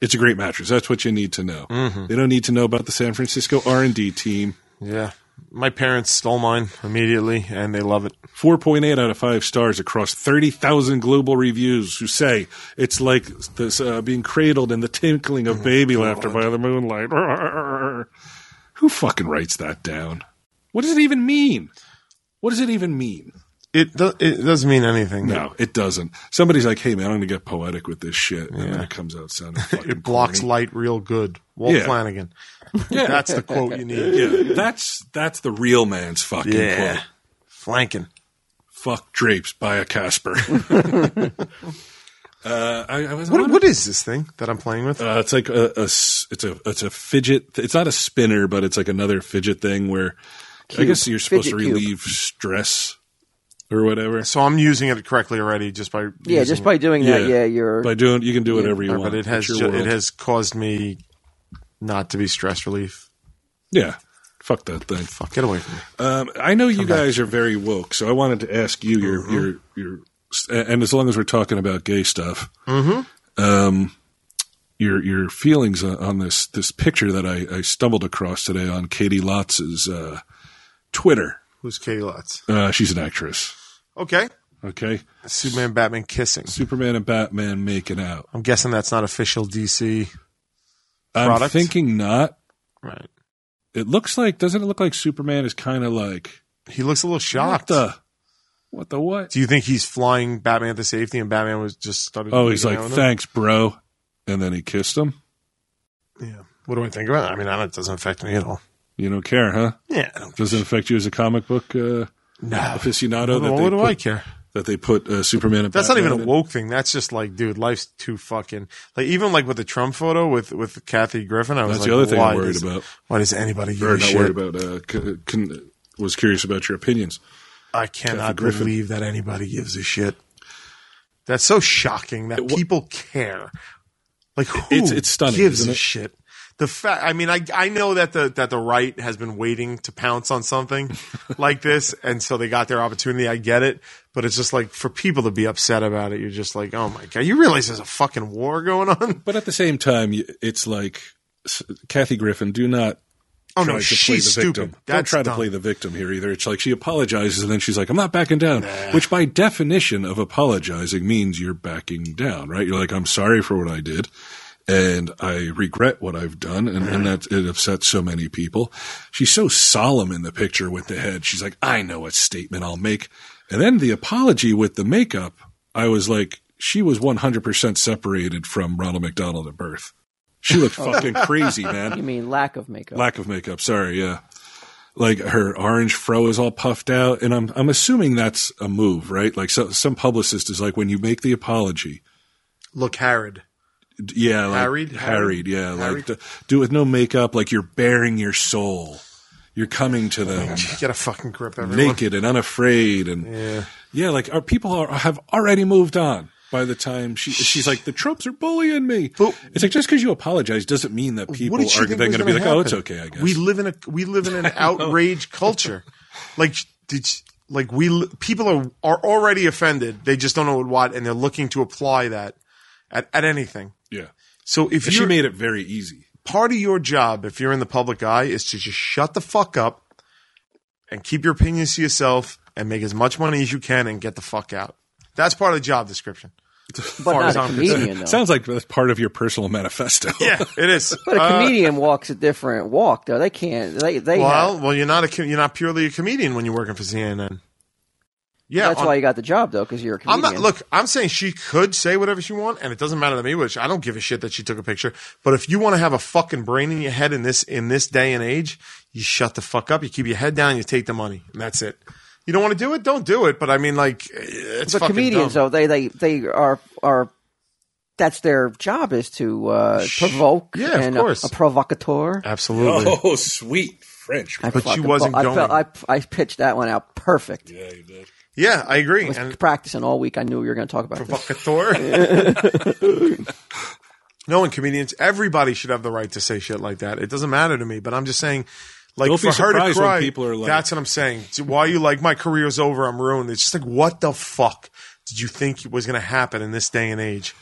it's a great mattress. That's what you need to know. They don't need to know about the San Francisco R and D team. Yeah. My parents stole mine immediately, and they love it. 4.8 out of 5 stars across 30,000 global reviews who say it's like this uh, being cradled in the tinkling of baby Mm-hmm. laughter by the moonlight. Who fucking writes that down? What does it even mean? What does it even mean? It do- it doesn't mean anything. No, it doesn't. Somebody's like, "Hey man, I'm going to get poetic with this shit," and then it comes out sounding fucking It blocks corny. light real good. Walt Yeah. Flanagan. That's the quote you need. Yeah, that's that's the real man's fucking Yeah. quote. Flanking. Fuck drapes, buy a Casper. uh, I, I was I What, wanted- what is this thing that I'm playing with? Uh, it's like a, a s- it's a it's a fidget. It's not a spinner, but it's like another fidget thing where I guess you're supposed Fidget to cube. relieve stress or whatever. so I'm using it correctly already just by Yeah, using just by doing that, yeah, you're by doing you can do whatever you it. want. but it has It's ju- your it world. has caused me not to be stress relief. yeah. Fuck that thing. Fuck, get away from me. Um, I know you guys are very woke, so I wanted to ask you your Mm-hmm. your your and as long as we're talking about gay stuff, Mm-hmm. um, your your feelings on- on this this picture that I, I stumbled across today on Katie Lotz's uh, Twitter. Who's Katie Lutz? Uh, she's an actress. Okay. Okay. Superman, Batman kissing. Superman and Batman making out. I'm guessing that's not official DC. I'm Product? thinking not. Right. It looks like doesn't it look like Superman is kind of like He looks a little what shocked. the What the what? Do you think he's flying Batman to safety and Batman was just started? Oh, he's making like, out with him? thanks, bro. And then he kissed him. Yeah. What do I think about it? I mean, I don't, it doesn't affect me at all. You don't care, huh? Yeah. I don't- Does it affect you as a comic book uh, No. aficionado that Well, they, what do put, I care? that they put uh, Superman and That's not Batman even a in? woke thing. That's just like, dude, life's too fucking like even like with the Trump photo with with Kathy Griffin. I was That's like, the other thing why I'm worried does- about. Why does anybody give Or a not shit? worried about. Uh, c- con- was curious about your opinions. I cannot Griffin. believe that anybody gives a shit. That's so shocking that wa- people care. Like who It's- it's stunning, gives isn't a it? shit? The fact, I mean, I I know that the that the right has been waiting to pounce on something like this, and so they got their opportunity. I get it, but it's just like for people to be upset about it, you're just like, oh my god, you realize there's a fucking war going on. But at the same time, you- it's like s- Kathy Griffin, do not Oh try no, to she's play the stupid. victim. Don't try to dumb. play the victim here either. It's like she apologizes and then she's like, I'm not backing down, which by definition of apologizing means you're backing down, right? You're like, I'm sorry for what I did and I regret what I've done. And, and that it upsets so many people. She's so solemn in the picture with the head. She's like, I know what statement I'll make. And then the apology with the makeup, I was like, she was 100% separated from Ronald McDonald at birth. She looked fucking crazy, man. You mean lack of makeup? Lack of makeup. Sorry, yeah. Like her orange fro is all puffed out, and I'm I'm assuming that's a move, right? Like so, some publicist is like, when you make the apology, Look, Harrod. d- yeah, like, Harried? harried, yeah, Harried? like d- do it with no makeup, like you're bearing your soul, you're coming to them Get a fucking grip, everyone. naked and unafraid, and yeah, like our people are, have already moved on. By the time she she's like, the Trumps are bullying me. But- it's like just because you apologize doesn't mean that people What did you are think then was going to be gonna like, oh, it's happen? okay, I guess. We live in a we live in an outrage culture. Like did you- like we l- people are are already offended. They just don't know what and they're looking to apply that at, at anything. yeah, So if she you made it very easy. part of your job if you're in the public eye is to just shut the fuck up and keep your opinions to yourself and make as much money as you can and get the fuck out. That's part of the job description. but far as not a I'm concerned. comedian, though. Sounds like that's part of your personal manifesto. Yeah, it is. but a Uh, comedian walks a different walk, though. They can't. They they. have- Well, well, you're not a co- you're not purely a comedian when you're working for CNN. Yeah, that's on- why you got the job, though, because you're a I'm comedian. not. Look, I'm saying she could say whatever she want, and it doesn't matter to me. Which I don't give a shit that she took a picture. But if you want to have a fucking brain in your head in this in this day and age, you shut the fuck up. You keep your head down. You take the money, and that's it. You don't want to do it, don't do it. But I mean, like, it's but fucking comedians, dumb. though, they they they are are. That's their job is to uh, provoke. Yeah, of and uh, a- course. A, provocateur. Oh. Absolutely. sweet French. I But she fucking- wasn't I felt- going. I, I pitched that one out perfect. Yeah, you did. Yeah, I agree. I was And practicing all week. I knew we were going to talk about this. provocateur. no, and comedians, everybody should have the right to say shit like that. It doesn't matter to me, but I'm just saying, like Don't for her be to surprised when cry, people are like- that's what I'm saying. Why you like my career's over? I'm ruined. It's just like what the fuck did you think was going to happen in this day and age?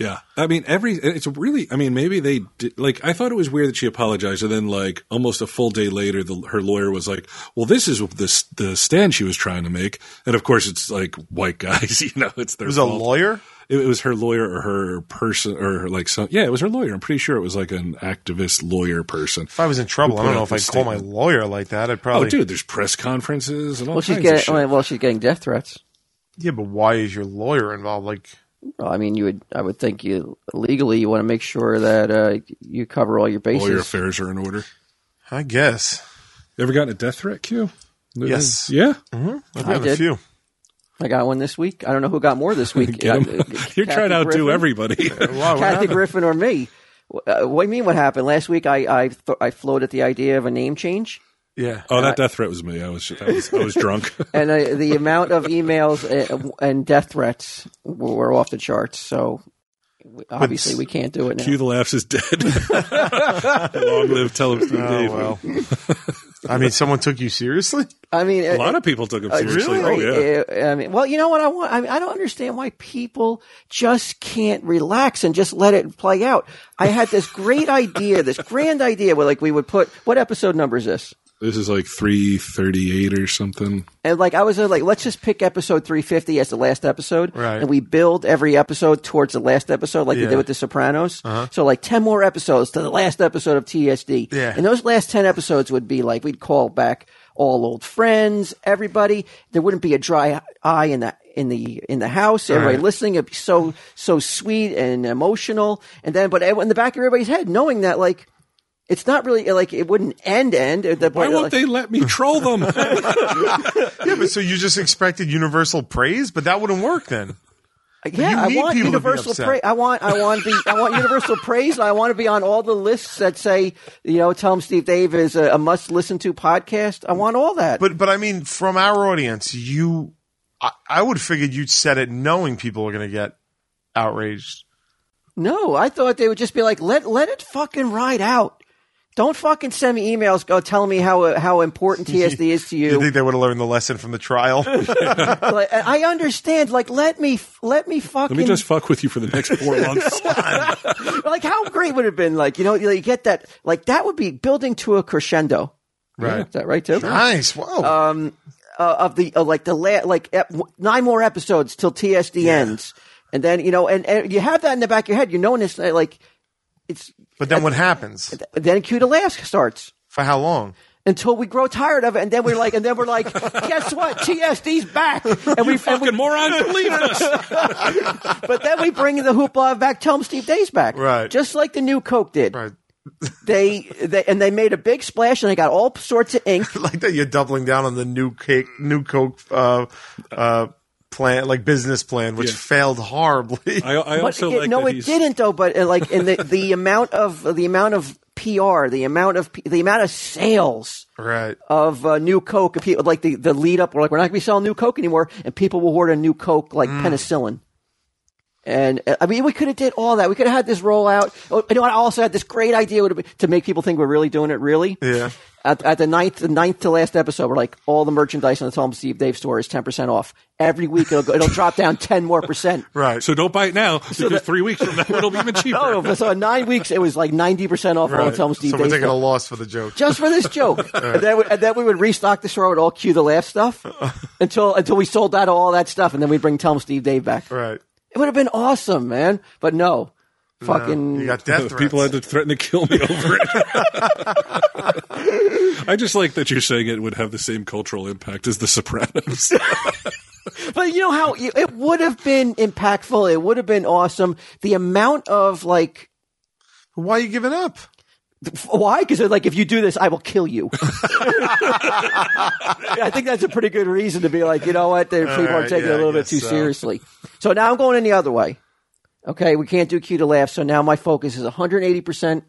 Yeah, I mean, every it's really. I mean, maybe they did, like. I thought it was weird that she apologized, and then like almost a full day later, the, her lawyer was like, "Well, this is the s- the stand she was trying to make," and of course, it's like white guys. You know, it's their It was a fault. lawyer. it, it was her lawyer or her person or her, like some. Yeah, it was her lawyer. I'm pretty sure it was like an activist lawyer person. If I was in trouble, I don't put know out if I'd this call my lawyer like that. I'd Oh, probably. dude, there's press conferences and all Well, she's kinds of shit. getting well, she's getting death threats. Yeah, but why is your lawyer involved? Like, Well, I mean, you would I would think you legally you want to make sure that uh, you cover all your All your bases. affairs are in order. I guess You ever gotten a death threat, Q? Yes. Yeah. I've I got a did. few. I got one this week. I don't know who got more this week. Get 'em. Uh, You're trying Kathy to outdo Griffin? everybody. Why, what Kathy happened? Griffin or me. Uh, what do you mean? What happened last week? I I, th- I floated the idea of a name change, Yeah. oh, that death threat was me. I was I was, I was drunk. and uh, the amount of emails and, and death threats were, were off the charts. So w- obviously, we can't do it now. Q the laughs is dead. Long live Television Dave. Oh, well. I mean, someone took you seriously? I mean, uh, A lot of people took him seriously. Really? Oh yeah. I mean, well, you know what I want? I, mean, I don't understand why people just can't relax and just let it play out. I had this great idea, this grand idea where like we would put, what episode number is this? This is like three thirty eight or something. And like I was uh, like, let's just pick episode 350 as the last episode, Right. and we build every episode towards the last episode, like we Yeah. Uh-huh. did with The Sopranos. So like 10 more episodes to the last episode of TSD, Yeah. and those last 10 episodes would be like we'd call back all old friends, everybody. There wouldn't be a dry eye in the in the in the house. Everybody Right. listening, it'd be so so sweet and emotional. And then, but in the back of everybody's head, knowing that like it's not really like it wouldn't end end. At the Why point, won't like, they let me troll them? Yeah, but so you just expected universal praise, but that wouldn't work then. yeah, I need want people to be universal upset. praise. I want I want the I want universal praise. And I want to be on all the lists that say you know tell them Steve Dave is a, a must listen to podcast. I want all that. But but I mean, from our audience, you, I, I would figure you'd set it knowing people are going to get outraged. No, I thought they would just be like, let let it fucking ride out. Don't fucking send me emails go telling me how how important TSD is to You you. think they would have learned the lesson from the trial? Like, I understand. Like, let me let me fucking let me just fuck with you for the next four months. like how great would it have been? Like, you know, you get that. Like, that would be building to a crescendo. right. Is that right, too? Nice. Wow. uh, of the uh, like the la- like ep- nine more episodes till TSD ends, and then you know, and, and you have that in the back of your head. You're knowing this uh, like it's but then what happens? then cue to laugh starts. For how long? until we grow tired of it, and then we're like, and then we're like, guess what? TSD's back, and we, and we Fucking morons, believe us. but then we bring the hoopla back. Tell them Steve Day's back, Right. Just like the new Coke did. Right. They, they and they made a big splash, and they got all sorts of ink. Like that you're doubling down on the new cake, new Coke uh, uh, plan, like business plan, which Yeah. failed horribly. I, I But also it- like no, that it he's- didn't though. But uh, like in the the amount of the amount of PR, the amount of P- the amount of sales. right. Of uh, new Coke, and people, like the, the lead up, we're like, we're not going to be selling new Coke anymore, and people will order new Coke like Mm. penicillin. And uh, I mean, we could have did all that. We could have had this rollout. Oh, you know, what? I also had this great idea would have been to make people think we're really doing it. Really, Yeah. At, at the ninth, the ninth to last episode, we're like, all the merchandise on the Tom Steve Dave store is ten percent off. Every week, it'll go, it'll drop down ten more percent. Right. So don't buy it now because three weeks from now it'll be even cheaper. Oh, no, so in nine weeks, it was like ninety percent off all right. the Tom Steve so Dave we're taking store. a loss for the joke. just for this joke. and, then we, and then we would restock the store with all cue the laugh stuff until until we sold out of all that stuff, and then we'd bring Tom Steve Dave back. right. It would have been awesome, man. But no, fucking Uh, You got death threats. People had to threaten to kill me over it. I just like that you're saying it would have the same cultural impact as The Sopranos. But you know how you- it would have been impactful. It would have been awesome. The amount of like. Why are you giving up? f- Why? Because like, if you do this, I will kill you. I think that's a pretty good reason to be like, you know what? They're, people are right, taking it yeah, a I little bit guess too so. seriously. So now I'm going in the other way. Okay, we can't do cue to laugh. So now my focus is 180 percent.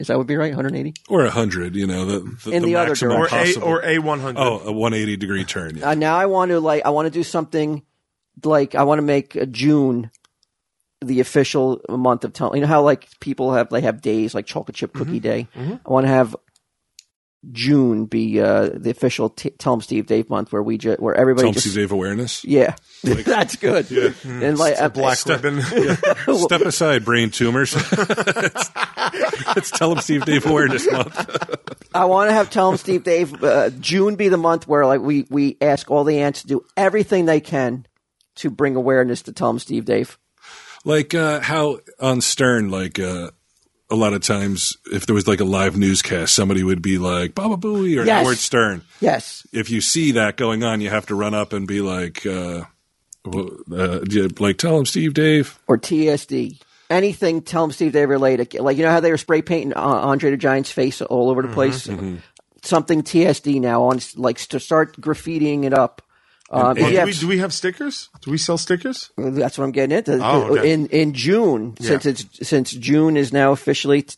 Is that would be right? 180. or 100, you know, the, the, In the other maximum Or a possible. or a one hundred. oh, a 180 degree turn. Yeah. Uh, now I want to like I want to do something like I want to make uh, June the official month of Tom. You know how like people have they have days like chocolate chip cookie day. I want to have June be uh, the official t- Tell 'em Steve Dave month where we just where everybody Tom just Steve Dave awareness. yeah that's good and like uh, Black ribbon. Step aside, brain tumors. Let's tell him Steve Dave Awareness Month. I want to have Tom, Steve, Dave, uh, June be the month where like we we ask all the ants to do everything they can to bring awareness to Tom, Steve, Dave. Like uh, how on Stern, like uh, a lot of times, if there was like a live newscast, somebody would be like Baba Booey or Yes. Howard Stern. Yes, if you see that going on, you have to run up and be like, uh, w- uh, do you- like tell him Steve Dave. or TSD. Anything Tell 'em Steve, Dave related. Like you know how they were spray painting uh, Andre the Giant's face all Mm-hmm, over the place. Something TSD now on like to start graffitiing it up. Um, Well, yeah, do, we, do we have stickers? Do we sell stickers? That's what I'm getting into. Oh, okay. In in June, since it's since June is now officially t-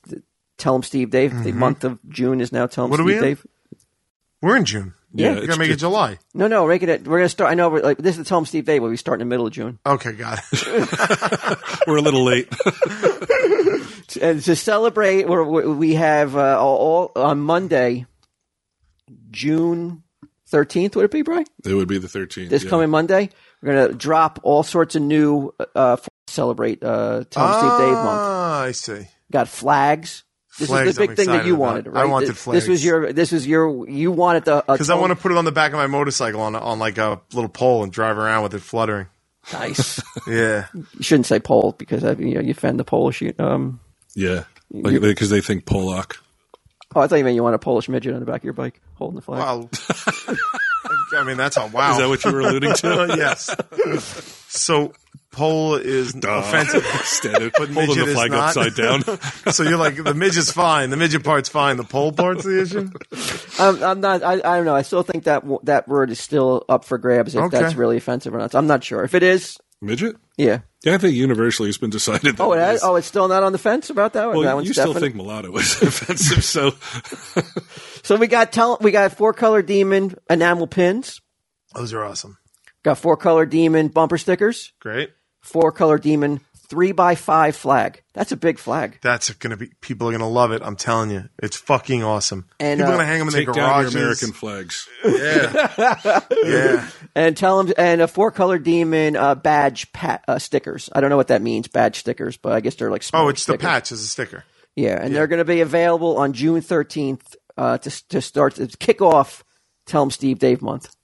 Tell 'em Steve Dave. The month of June is now Tell 'em Mm-hmm. What are Steve we in? Dave. We're in June. Yeah, we it's gotta make it July. No, no, make it. At, we're gonna start. I know. We're, like this is the Tom Steve Day where we start in the middle of June, Okay, got it. We're a little late. and Uh, to celebrate, we're, we we have uh, all all- on Monday, June thirteenth. Would it be, Brian? it would be the 13th. This yeah. coming Monday, we're gonna drop all sorts of new uh, for- celebrate uh, Tom Steve Dave month. Ah, I see. Got flags. This Flags, is the big I'm thing that excited you about. wanted, I right? wanted Th- this, flags. was your. This was your. You wanted the Because I want to put it on the back of my motorcycle on on like a little pole and drive around with it fluttering. to. Nice. Yeah, you shouldn't say Pole because I, you know you offend the Polish. you- Um, Yeah. Because they think Pollock. Oh, I thought you meant you want a Polish midget on the back of your bike holding the flag. Wow. I mean, that's a wow. Is that what you were alluding to? yes. So pole is offensive. Instead of holding midget the is flag not. upside down. So you're like the midget's fine, the midget part's fine, the pole part's the issue. I'm, Um, I'm not. I, I don't know. I still think that w- that word is still up for grabs. If Okay. that's really offensive or not, I'm not sure. If it is, Midget? yeah. Yeah, I think universally it's been decided that Oh, it it has, is. oh, it's still not on the fence about that one. that well, one's you still definite. think mulatto is offensive, so so. We got tell, we got four color demon enamel pins. Those are awesome. Got four color demon bumper stickers. Great. Four color demon three by five flag. That's a big flag. That's gonna be people are gonna love it. I'm telling you, it's fucking awesome. And, people uh, are gonna hang them in take their down your garages. American flags. yeah, And tell him and a four color demon uh, badge pat, uh, stickers. I don't know what that means, badge stickers, but I guess they're like small Oh, it's the stickers. patch as a sticker. Yeah, and they're going to be available on June thirteenth uh, to to start to kick off Tell 'em Steve Dave month.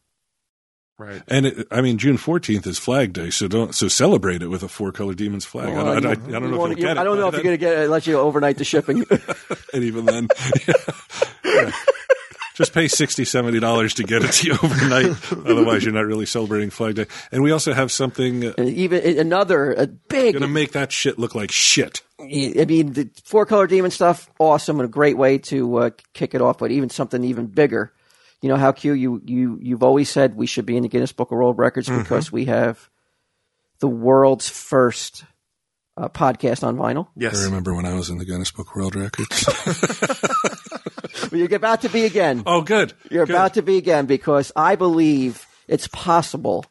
Right. And it, I mean, June fourteenth is Flag Day, so don't so celebrate it with a four color demons flag. I, don't, I, I, I don't know if You you'll wanna- you- get it. I don't know if by you're going to get it unless you overnight the shipping. then. And even then, yeah. Yeah. just pay sixty, seventy dollars to get it to you overnight. Otherwise, you're not really celebrating Flag Day. And we also have something Even another a big. e, going to make that shit look like shit. I mean, the four color demon stuff, awesome and a great way to uh, kick it off. But even something even bigger, you know how Q you you you've always said we should be in the Guinness Book of World Records Mm-hmm. because we have the world's first uh, podcast on vinyl. I Yes. remember when I was in the Guinness Book World Records. You're about to be again. oh, good. You're about to be again because I believe it's possible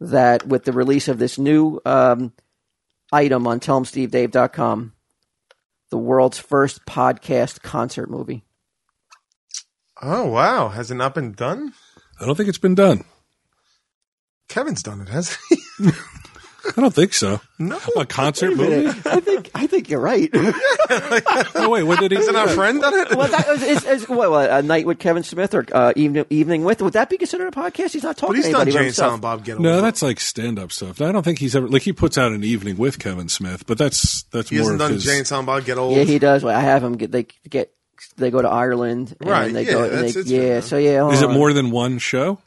that with the release of this new um, item on tellmstevedave.com, the world's first podcast concert movie. Oh wow, has it not been done? I don't think it's been done. Kevin's done it, has he? I don't think so. no. A concert movie? I think I think you're right. well, Oh wait, what did he? Isn't our friend done it? that was, is, is, what, what, a night with Kevin Smith or uh, evening evening with would that be considered a podcast? He's not talking But he's to done anybody but Jane himself. Silent Bob Get No, Away. that's like stand-up stuff. I don't think he's ever like he puts out an evening with Kevin Smith, but that's that's He more hasn't of done his. Jane Silent Bob Get Old. Yeah, he does. Well, I have him get they get they go to Ireland and Right, they yeah, go and that's- they, it's fair yeah. enough. So yeah, hold Is it on. more than one show?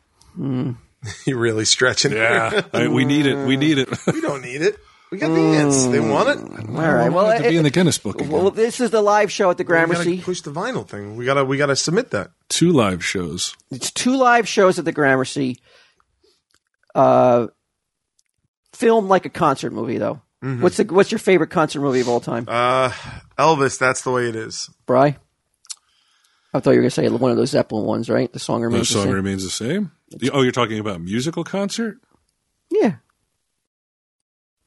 You're really stretching. I- we need it. We need it. we don't need it. We got the Mm. ants. They want it. All right. well, Well, to be it- in the Guinness Book. Again. Well, this is the live show at the We gotta Gramercy. push the vinyl thing. We gotta we gotta submit that. Two live shows. It's two live shows at the Gramercy. Uh, filmed like a concert movie, though. Mm-hmm. What's the, what's your favorite concert movie of all time, Uh, Elvis, that's the way it is. Bry? I thought you were going to say one of those Zeppelin ones, right? The song The remains the Uh, song same. remains the same. The- oh, you're talking about musical concert? yeah,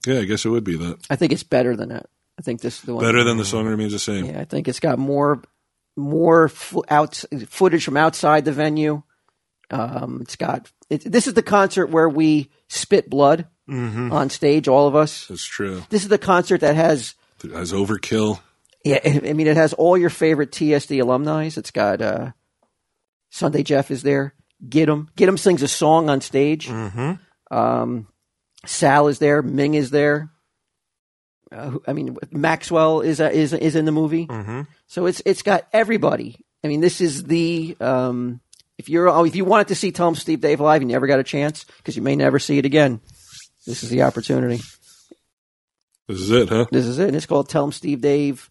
Yeah, I guess it would be that. I think it's better than that. I think this is the one. Better than the song remains the same. Yeah, I think it's got more more fo- out footage from outside the venue. Um, it's got it, this is the concert where we spit blood Mm-hmm. on stage, all of us. That's true. This is the concert that has It has overkill. Yeah, I I mean, it has all your favorite TSD alumni. It's got uh, Sunday Jeff is there. Get him. Get him sings a song on stage. Mm-hmm. Um, Sal is there. Ming is there. Uh, who- I mean, Maxwell is uh, is is in the movie. Mm-hmm. So it's it's got everybody. I mean, this is the um, if you're oh, if you wanted to see Tom Steve Dave live and you never got a chance because you may never see it again. This is the opportunity. This is it, huh? This is it. And it's called Tell 'em Steve Dave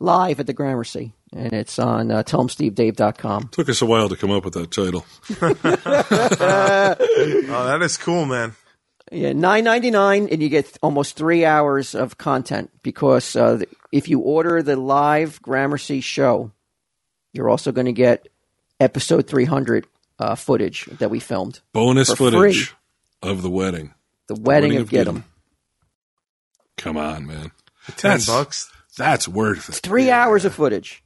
Live at the Gramercy. And it's on uh, tellmstevedave.com. Took us a while to come up with that title. Oh, that is cool, man. Yeah, nine ninety nine, and you get almost three hours of content because uh, th- if you order the live Gramercy show, you're also going to get episode three hundred uh, footage that we filmed. Bonus For footage of the wedding. The wedding, Wedding of of Get 'em. Gideon. Come on, man. Ten That's- bucks. That's worth it. Three hours of footage,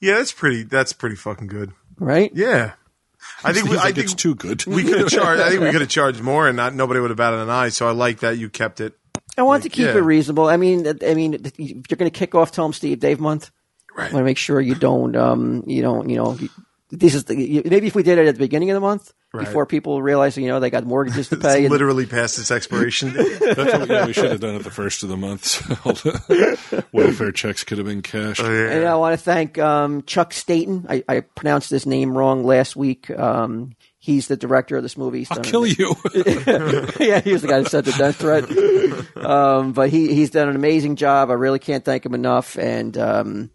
Yeah, that's pretty. That's pretty fucking good. right? Yeah, I think. We, He's I like, think it's too good. we could have charged. I think we could have charged more, and not nobody would have batted an eye. So I like that you kept it. I want to keep yeah. it reasonable. I mean, I mean, if you're going to kick off Tom Steve Dave month. Right. I want to make sure you don't, um, you don't, you know, you- this is the, you, maybe if we did it at the beginning of the month, Right. before people realize you know they got mortgages to pay. It's and- literally past its expiration date. That's what we- we should have done at the first of the month. So all the welfare checks could have been cashed. Oh, yeah. And I want to thank um, Chuck Staten. I, I pronounced his name wrong last week. Um, he's the director of this movie. He's I'll done- kill you. yeah, he was the guy who said the death threat. Um, but he he's done an amazing job. I really can't thank him enough. And um,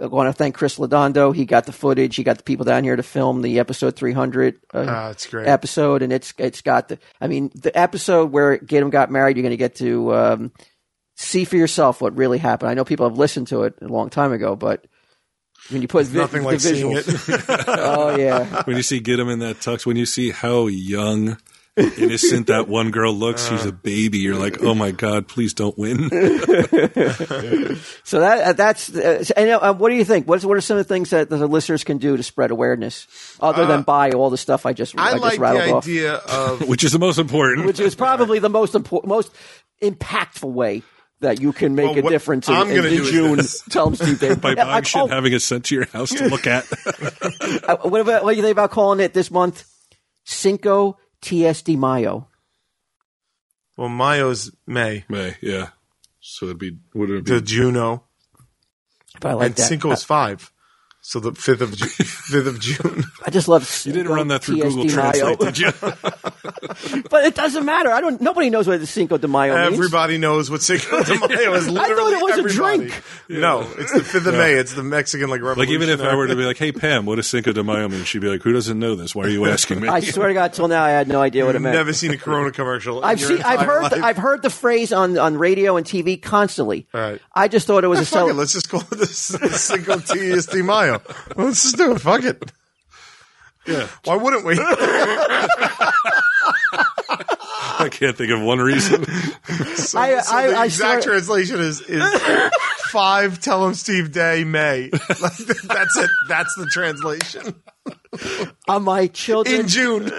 I want to thank Chris Ladondo. He got the footage. He got the people down here to film the episode 300 uh, Ah, it's great. episode, and it's it's got the. I mean, the episode where Get 'Em got married, you're going to get to um, see for yourself what really happened. I know people have listened to it a long time ago, but when you put vi- Nothing the like seeing visuals, it. oh yeah, when you see get him in that tux, when you see how young, innocent that one girl looks, she's a baby. You're like, oh my god, please don't win. so that uh, that's uh, and uh, what do you think? What's what are some of the things that the listeners can do to spread awareness other than buy all the stuff I just I, Uh, I just like the rattled off, idea of Which is the most important. which is probably the most important, most impactful way. That you can make Well, a what difference in, I'm in, gonna in do is June. this. Tell them Steve Dave. by Yeah, buying I- shit, oh, and having it sent to your house to look at. Uh, what, about, what do you think about calling it this month? Cinco TS de Mayo. well, Mayo's May May, yeah. So it'd be would it to be Juno, But I like and that. Cinco is five, so the fifth of Ju- fifth of June. I just love. you didn't run that through Google Translate, did you? but it doesn't matter. I don't. Nobody knows what the Cinco de Mayo means. Everybody knows what Cinco de Mayo is. Literally I thought it was a everybody. drink. No, it's the fifth of May. It's the Mexican like Like revolution. even if I were to be like, "Hey Pam, what is Cinco de Mayo?" mean? she'd be like, "Who doesn't know this? Why are you asking me?" I swear to God, till now I had no idea what it I've meant. never seen a Corona commercial. in I've your seen, I've entire heard, life. the, I've heard the phrase on, on radio and TV constantly. Right. I just thought it was a Fuck it, cel- let's just call it this Cinco T de Mayo. Let's just do it. Fuck it. Yeah. Why wouldn't we? I can't think of one reason. So, I- so I- the I exact swear- translation is, is five. Tell him Steve Day May. Like, that's it. That's the translation on my children in June.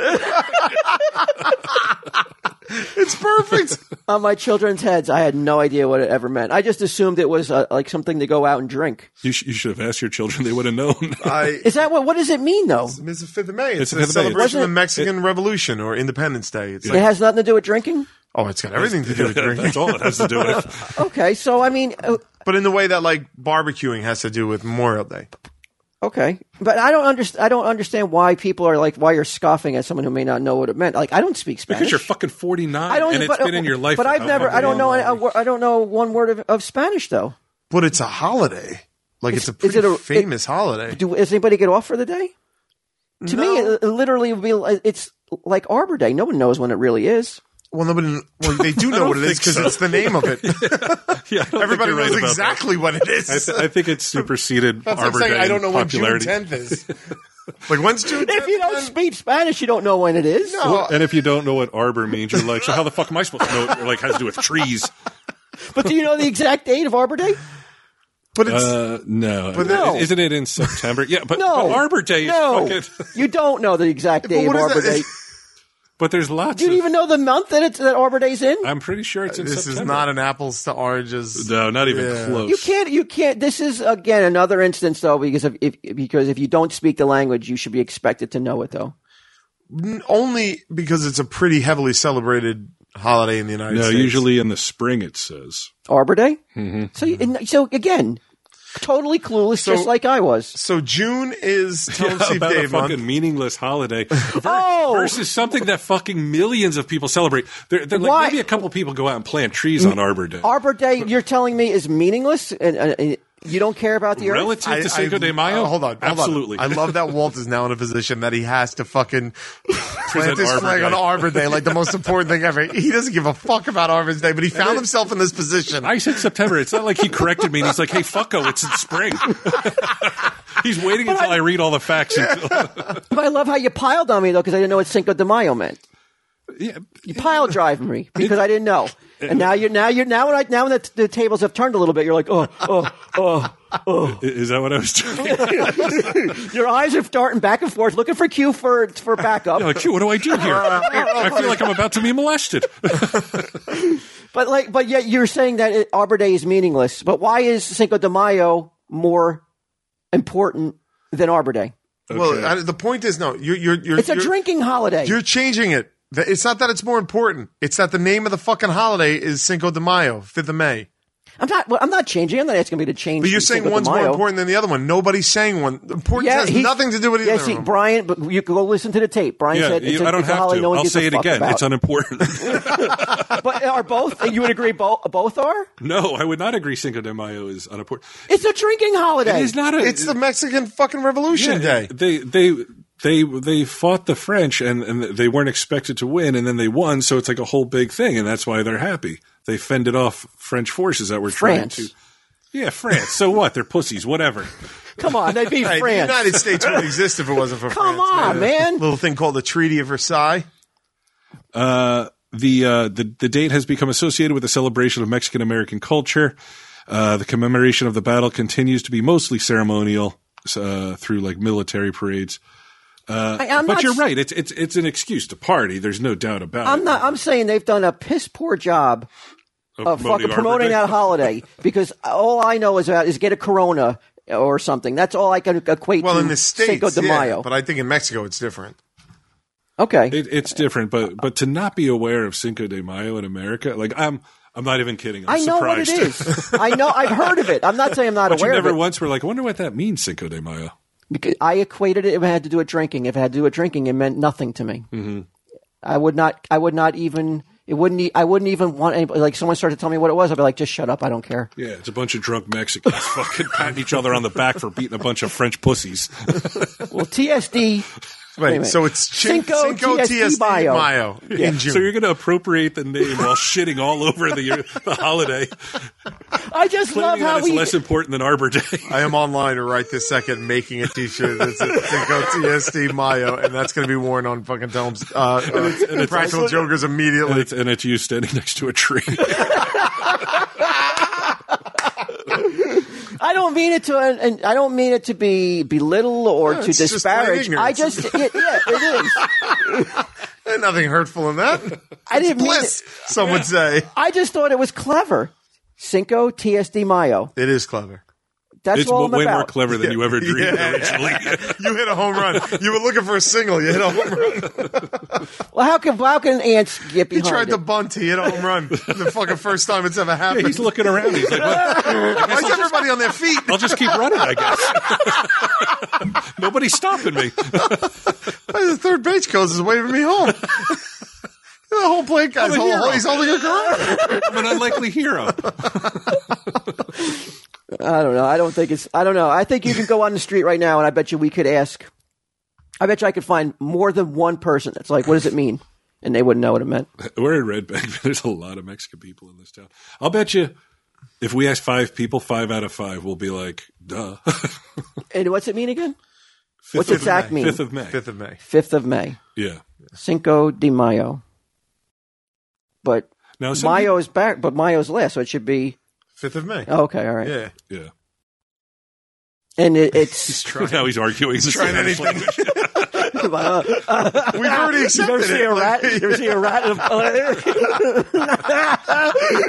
it's perfect. on my children's heads. I had no idea what it ever meant. I just assumed it was uh, like something to go out and drink. You, sh- you should have asked your children; they would have known. I. Is that what? What does it mean though? It's the fifth of May. It's, It's the the fifth of May. celebration of the Wasn't it- Mexican Revolution or Independence Day. It's It like, has nothing to do with drinking. oh, it's got everything to do with drinking. That's all it has to do with. Okay, so I mean, uh, But in the way that like barbecuing has to do with Memorial Day. Okay, but I don't understand. I don't understand why people are like why you're scoffing at someone who may not know what it meant. Like I don't speak Spanish Because you're fucking forty nine, I don't. and it's but, been in your life. But for I've how never. fucking I don't know. long? I, I don't know one word of, of Spanish though. But it's a holiday. Like it's, It's- a pretty is it a- famous holiday. Do does anybody get off for the day? To me, No. it, it literally would be. li- It's like Arbor Day. No one knows when it really is. Well, nobody. Well, they do know what it is think because so. it's the name of it. Yeah, I don't Everybody think you're knows right about that. exactly what it is. I, th- I think it's superseded That's what I'm Arbor saying. Day I don't in know when June popularity. 10th is. like when's June? 10th? If you don't speak Spanish, you don't know when it is. No. Well, and if you don't know what arbor means, you're like, so how the fuck am I supposed to know? It, like, has to do with trees? But do you know the exact date of Arbor Day? but it's Uh, no. But No. Isn't it in September? Yeah, but, No. but Arbor Day No, is fucking. you don't know the exact date of what is Arbor that? Day. But there's lots. Do you of, even know the month that it's that Arbor Day's in? I'm pretty sure it's in this is September. not an apples to oranges. No, not even Yeah. close. You can't. You can't. This is again another instance, though, because if, if because if you don't speak the language, you should be expected to know it, though. N- Only because it's a pretty heavily celebrated holiday in the United No, States. usually in the spring it says. Arbor Day. So you and so again, totally clueless, just like I was. So June is Tell 'em Steve about a Dave fucking month. meaningless holiday ver- Oh! versus something that fucking millions of people celebrate. They're, they're Why- like maybe a couple people go out and plant trees on Arbor Day. Arbor Day, you're telling me, is meaningless, and, and, and you don't care about the earth. Relative to Cinco de Mayo, uh, hold on, hold on. absolutely. I love that Walt is now in a position that he has to fucking plant Present his Arbor flag on Day. Arbor Day, like the most important thing ever. He doesn't give a fuck about Arbor Day, but he found himself in this position. I said September. It's not like he corrected me and he's like, hey, fucko, it's in spring. he's waiting until I, read all the facts. until- But I love how you piled on me though, because I didn't know what Cinco de Mayo meant. yeah. You pile drive me because I didn't know. And now you're now you're now when I now when the, the tables have turned a little bit, you're like, oh, oh, oh, I- Is that what I was doing? your eyes are darting back and forth, looking for cue for for backup. Like, "Phew, what do I do here? I feel like I'm about to be molested. But like, but yet you're saying that it, Arbor Day is meaningless. But why is Cinco de Mayo more important than Arbor Day? Well, I, the point is, no, you're you're you're It's a you're- drinking holiday. You're changing it. Th- It's not that it's more important. It's that the name of the fucking holiday is Cinco de Mayo, Fifth of May. I'm not. Well, I'm not changing. I'm not asking me to change. But you're the saying Cinco de one's more Mayo. important than the other one. Nobody's saying one. Importance has he- nothing to do with Yeah, either see, of them. Brian, but you can go listen to the tape. Brian yeah, said, you- it's a, I don't it's a have holiday to. no one I'll gives say a it fuck again. about. It's unimportant. But are both? You would agree both? Both are? no, I would not agree. Cinco de Mayo is unimportant. It's a drinking holiday. It is not a. It's the Mexican fucking Revolution Day. They they they they fought the French and, and they weren't expected to win and then they won, so it's like a whole big thing, and that's why they're happy. They fended off French forces that were France. trying to. Yeah, France. So what? They're pussies. Whatever. Come on, that'd be Hey, France. The United States wouldn't exist if it wasn't for Come France. on, man. Little thing called the Treaty of Versailles. Uh, the uh, the the date has become associated with the celebration of Mexican American culture. Uh, the commemoration of the battle continues to be mostly ceremonial uh, through like military parades. Uh, I, am but not, you're right. It's it's it's an excuse to party. There's no doubt about it. I'm not. I'm saying they've done a piss poor job of promoting fucking Arbor promoting Day. that holiday because all I know is about is get a Corona or something. That's all I can equate. Well, to in the Mm. Cinco States, de yeah, Mayo. but I think in Mexico it's different. okay, It, it's different, but but to not be aware of Cinco de Mayo in America, like I'm, I'm not even kidding. I'm I know what it surprised. is. I know. I've heard of it. I'm not saying I'm not but you aware of never it. once were like, I wonder what that means, Cinco de Mayo. Because I equated it if I had to do a drinking. If I had to do a drinking, it meant nothing to me. Mm-hmm. I would not. I would not even. It wouldn't. e- I wouldn't even want anybody. Like someone started to tell me what it was. I'd be like, just shut up. I don't care. Yeah, it's a bunch of drunk Mexicans fucking patting each other on the back for beating a bunch of French pussies. Well, TSD. Wait, minute. so it's Chi- Cinco TSD TSD Mayo. Mayo in June. So you're going to appropriate the name while shitting all over the, the holiday, I just love claiming that how it's we. less important than Arbor Day. I am online right this second making a T-shirt that says Cinco TSD Mayo, and that's going to be worn on fucking Tom's uh, uh, Practical Jokers And immediately. it's, and it's you standing next to a tree. I don't mean it to, uh, and I don't mean it to be belittle or to it's just disparage. plain I ignorance. just, it, yeah, it is. Ain't Nothing hurtful in that. I didn't mean it. Bliss, some would say. I just thought it was clever. Cinco TSD Mayo. It is clever. That's It's all I'm way more about. clever than you ever dreamed Yeah. originally. You hit a home run. You were looking for a single. You hit a home run. well, how can how can ants get He behind tried to it? bunt. He hit a home run. The fucking first time it's ever happened. He's looking around. He's like, Why is everybody on their feet? I'll just keep running, I guess. Nobody's stopping me. Why the third base coach is waving me home. the whole plate guy's I'm a whole, hero. he's holding a girl. I'm an unlikely hero. I don't know. I don't think it's. I don't know. I think you can go on the street right now, and I bet you we could ask. I bet you I could find more than one person that's like, "What does it mean?" And they wouldn't know what it meant. We're in Red Bank, but there's a lot of Mexican people in this town. I'll bet you if we ask five people, five out of five will be like, duh. And what's it mean again? What's Fifth of exact May. mean? Fifth of May. Fifth of May. Fifth of May, yeah. Cinco de Mayo. But Now, some Mayo is back, but Mayo's last, so it should be Fifth of May. oh, okay. All right, Yeah. peop- yeah. and it, it's Now he's arguing. He's trying anything. uh, We've already You ever accepted see it. a rat? You ever see a rat? In a,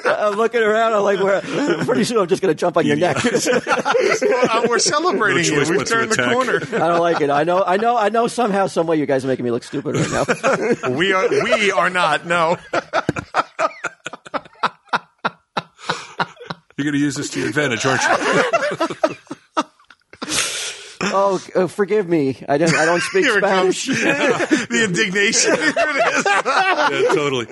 I'm looking around. I'm like, where? Pretty soon, I'm just going to jump on your neck. Uh, we're celebrating No you. choice We've but to turned the attack. corner. I don't like it. I know. I know. I know. Somehow, some way, you guys are making me look stupid right now. We are. We are not. No. You're going to use this to your advantage, aren't you? oh, uh, forgive me. I don't. I don't speak Here it comes. Spanish. the indignation. Here it is. Yeah, totally.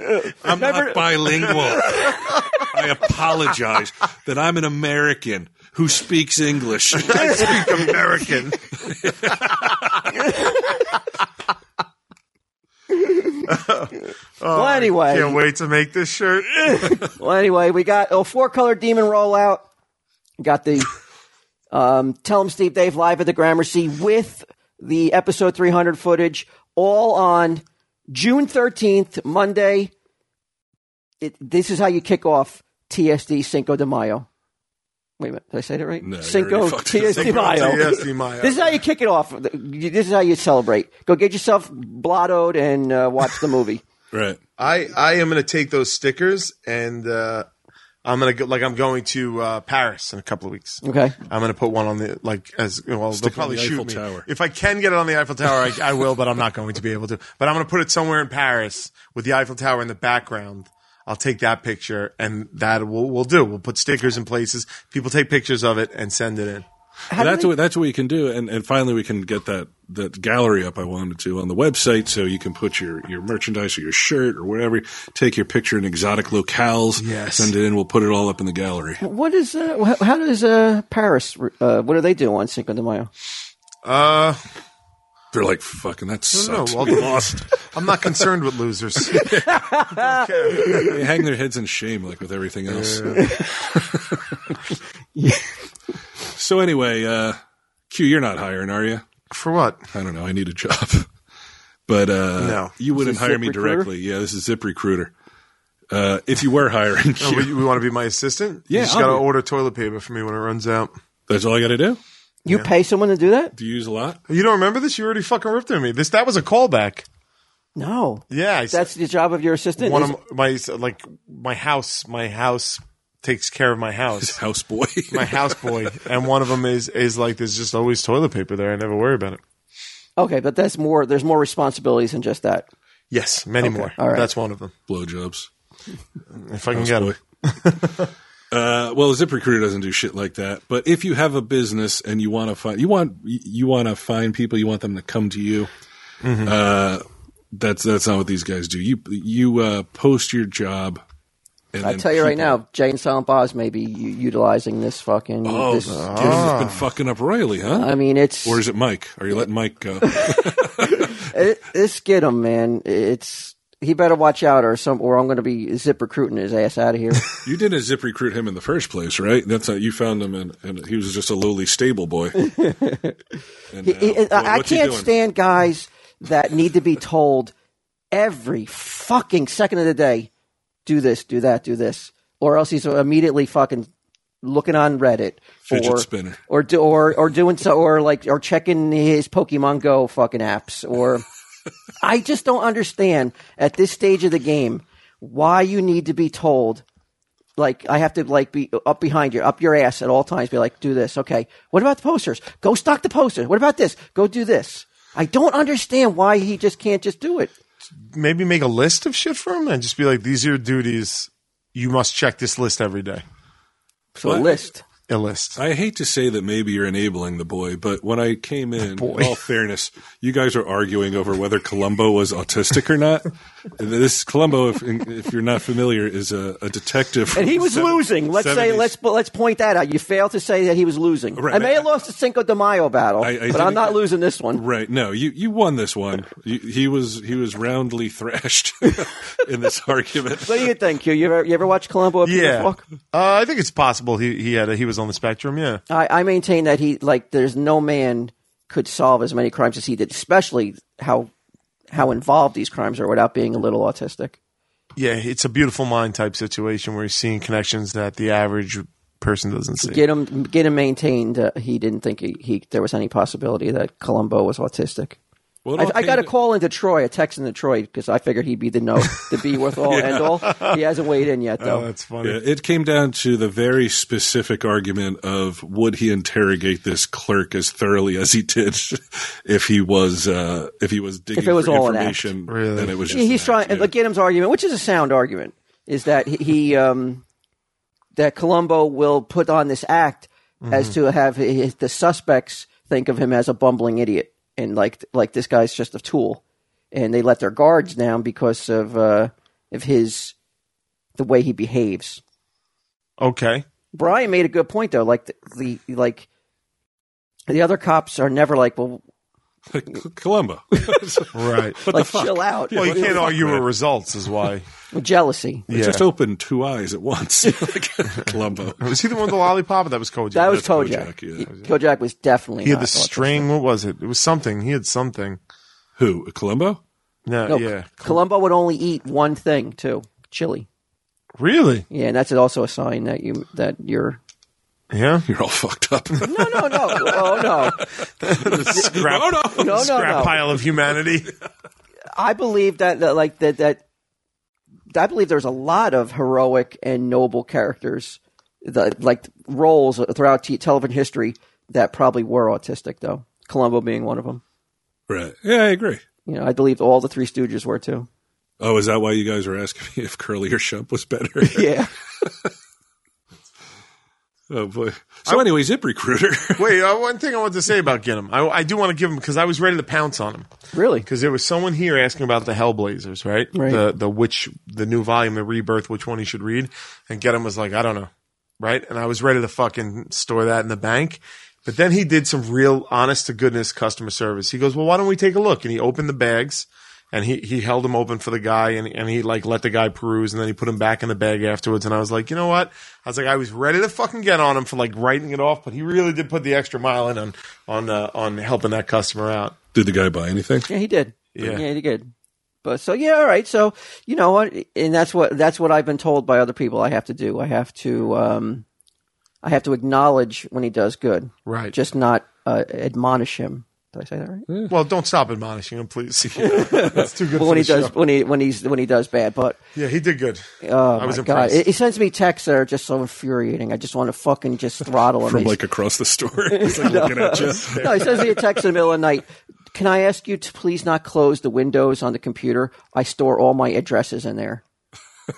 I'm Never- not bilingual. I apologize that I'm an American who speaks English. I speak American. well, Can't anyway. wait to make this shirt. Well, anyway, we got oh four color demon rollout. Got the um, tell 'em Steve Dave live at the Gramercy with the episode 300 footage, all on June 13th, Monday. It, this is how you kick off TSD Cinco de Mayo. Wait a minute, did I say that right? No, you Cinco already fucked it. TSD Mayo. TSD Mayo. This is how you kick it off. This is how you celebrate. Go get yourself blottoed and uh, watch the movie. right. I I am going to take those stickers and uh, I'm gonna go like I'm going to uh, Paris in a couple of weeks. Okay. I'm gonna put one on the like as well. they'll Stick probably on the shoot Eiffel me Tower. if I can get it on the Eiffel Tower. I, I will, but I'm not going to be able to. But I'm gonna put it somewhere in Paris with the Eiffel Tower in the background. I'll take that picture, and that we'll, we'll do. We'll put stickers in places. People take pictures of it and send it in. How do that's we- what that's what we can do, and, and finally we can get that that gallery up I wanted to on the website, so you can put your your merchandise or your shirt or whatever, take your picture in exotic locales, Yes. send it in. We'll put it all up in the gallery. what is uh, wh- how does uh, Paris? Uh, what do they do on Cinco de Mayo? Uh, They're like, "Fucking that no, sucks." well, we lost. I'm not concerned with losers. they hang their heads in shame, like with everything else. so anyway, uh, Q, you're not hiring, are you? For what? I don't know. I need a job. But uh, No. you wouldn't Is this hire me ZipRecruiter? directly. Yeah, this is Zip Recruiter. Uh, if you were hiring, Oh, Q, you, want to be my assistant? Yeah, You just I'll got to be- order toilet paper for me when it runs out. that's all I got to do. You pay someone to do that? Do you use a lot? You don't remember this? You already fucking ripped on me. This that was a callback. No, Yeah, I s- that's the job of your assistant. one is- of my like my house. My house takes care of my house. Houseboy. My house boy, and one of them is is like there's just always toilet paper there. I never worry about it. okay, but that's more. There's more responsibilities than just that. Yes, many more. all right. That's one of them. blowjobs. If I can get boy. them. Uh, well, ZipRecruiter doesn't do shit like that. But if you have a business and you want to find you want you want to find people, you want them to come to you. Mm-hmm. Uh, that's that's not what these guys do. You you uh, post your job. And I then tell you right people- now, Jane Silent Boz may be u- utilizing this fucking. Oh, this- Tim Ah. has been fucking up Riley, huh? I mean, it's or is it Mike? Are you letting Mike go? it, it's get him, man. It's he better watch out, or some, or I'm going to be zip recruiting his ass out of here. you didn't zip recruit him in the first place, right? That's how you found him, and, and he was just a lowly stable boy. And, uh, It- it- what- I, I what you can't doing? stand guys that need to be told every fucking second of the day, do this, do that, do this, or else he's immediately fucking looking on Reddit Fidget or spinner. or do, or or doing so or like or checking his Pokemon Go fucking apps or. I just don't understand at this stage of the game why you need to be told like I have to like be up behind you, up your ass at all times. Be like, do this, okay? What about the posters? Go stock the posters. What about this? Go do this. I don't understand why he just can't just do it. Maybe make a list of shit for him and just be like, these are your duties. You must check this list every day. So a Well, list. A list. I hate to say that maybe you're enabling the boy, but when I came in, in all fairness, you guys are arguing over whether Columbo was autistic or not. This Columbo, if, if you're not familiar, is a, a detective. from And he was the losing. Let's say 70s. let's let's point that out. You failed to say that he was losing. Right. I may have lost the Cinco de Mayo battle, I- I but I'm didn't- not losing this one. Right. No, you, you won this one. You, he was he was roundly thrashed in this argument. What do you think? You, you ever you ever watch Columbo? Up Here Yeah, uh, Walk? I think it's possible he he had a, he was on the spectrum. Yeah, I, I maintain that he like there's no man could solve as many crimes as he did, especially how how involved these crimes are without being a little autistic. yeah, it's a beautiful mind type situation where he's seeing connections that the average person doesn't see. Get him get him maintained. Uh, he didn't think he, he there was any possibility that Columbo was autistic. Well, it I, all I came got a to- call into Troy, a text in Detroit, because I figured he'd be the no, the be with all end all. He hasn't weighed in yet, though. Oh, that's funny. Yeah, it came down to the very specific argument of would he interrogate this clerk as thoroughly as he did if he was uh, if he was digging If it was for all an act. information Really? then it was just Yeah, he's an trying. act, yeah. Like Gidim's argument, which is a sound argument, is that he, he um, that Columbo will put on this act as Mm-hmm. to have his, the suspects think of him as a bumbling idiot and like like this guy's just a tool, and they let their guards down because of uh, of his the way he behaves. Okay, Brian made a good point though. Like the, the like the other cops are never like, well, Like, Columbo. right. like chill out. well, you can't fuck, argue with man? results, is why. Jealousy. Yeah. Just open two eyes at once. like Columbo. was he the one with the lollipop? That was Koji. That was That's Kojak. Kojak, yeah. He- Kojak was definitely he had not the autistic. string. What was it? It was something. He had something. Who? Columbo? No, No, yeah. Columbo would only eat one thing too, chili. Really? Yeah, and that's also a sign that you that you're. Yeah. You're all fucked up. no, No, no, no. oh no, Scrap, no. Oh, no, no, scrap no. pile of humanity. I believe that, that like that that I believe there's a lot of heroic and noble characters, that, like roles throughout t- television history that probably were autistic, though. Columbo being one of them. Right. Yeah, I agree. You know, I believe all the Three Stooges were too. Oh, is that why you guys were asking me if Curly or Shump was better? Yeah. oh boy. So, anyway, Zip Recruiter. Wait, uh, one thing I want to say about Ginnam. I, I do want to give him because I was ready to pounce on him Really? because there was someone here asking about the Hellblazers, right? Right. The the which the new volume, the rebirth, which one he should read, and Ginnam was like, I don't know, right? And I was ready to fucking store that in the bank. But then he did some real honest to goodness customer service. He goes, well, why don't we take a look? And he opened the bags and he, he held them open for the guy and, and he like let the guy peruse and then he put them back in the bag afterwards. And I was like, you know what? I was like, I was ready to fucking get on him for like writing it off, but he really did put the extra mile in on, on, uh, on helping that customer out. Did the guy buy anything? Yeah, he did. Yeah. he did. But so yeah, all right. So you know what, and that's what that's what I've been told by other people. I have to do. I have to. um I have to acknowledge when he does good, Right. just not uh, admonish him. Did I say that right? Well, don't stop admonishing him, please. That's too good. But for when he the does, show. when he when he's when he does bad, but yeah, he did good. oh I was my god, impressed. it, it sends me texts that are just so infuriating. I just want to fucking just throttle him. From He's- like across the store. It's like looking at you. no, he sends me a text in the middle of the night. Can I ask you to please not close the windows on the computer? I store all my addresses in there.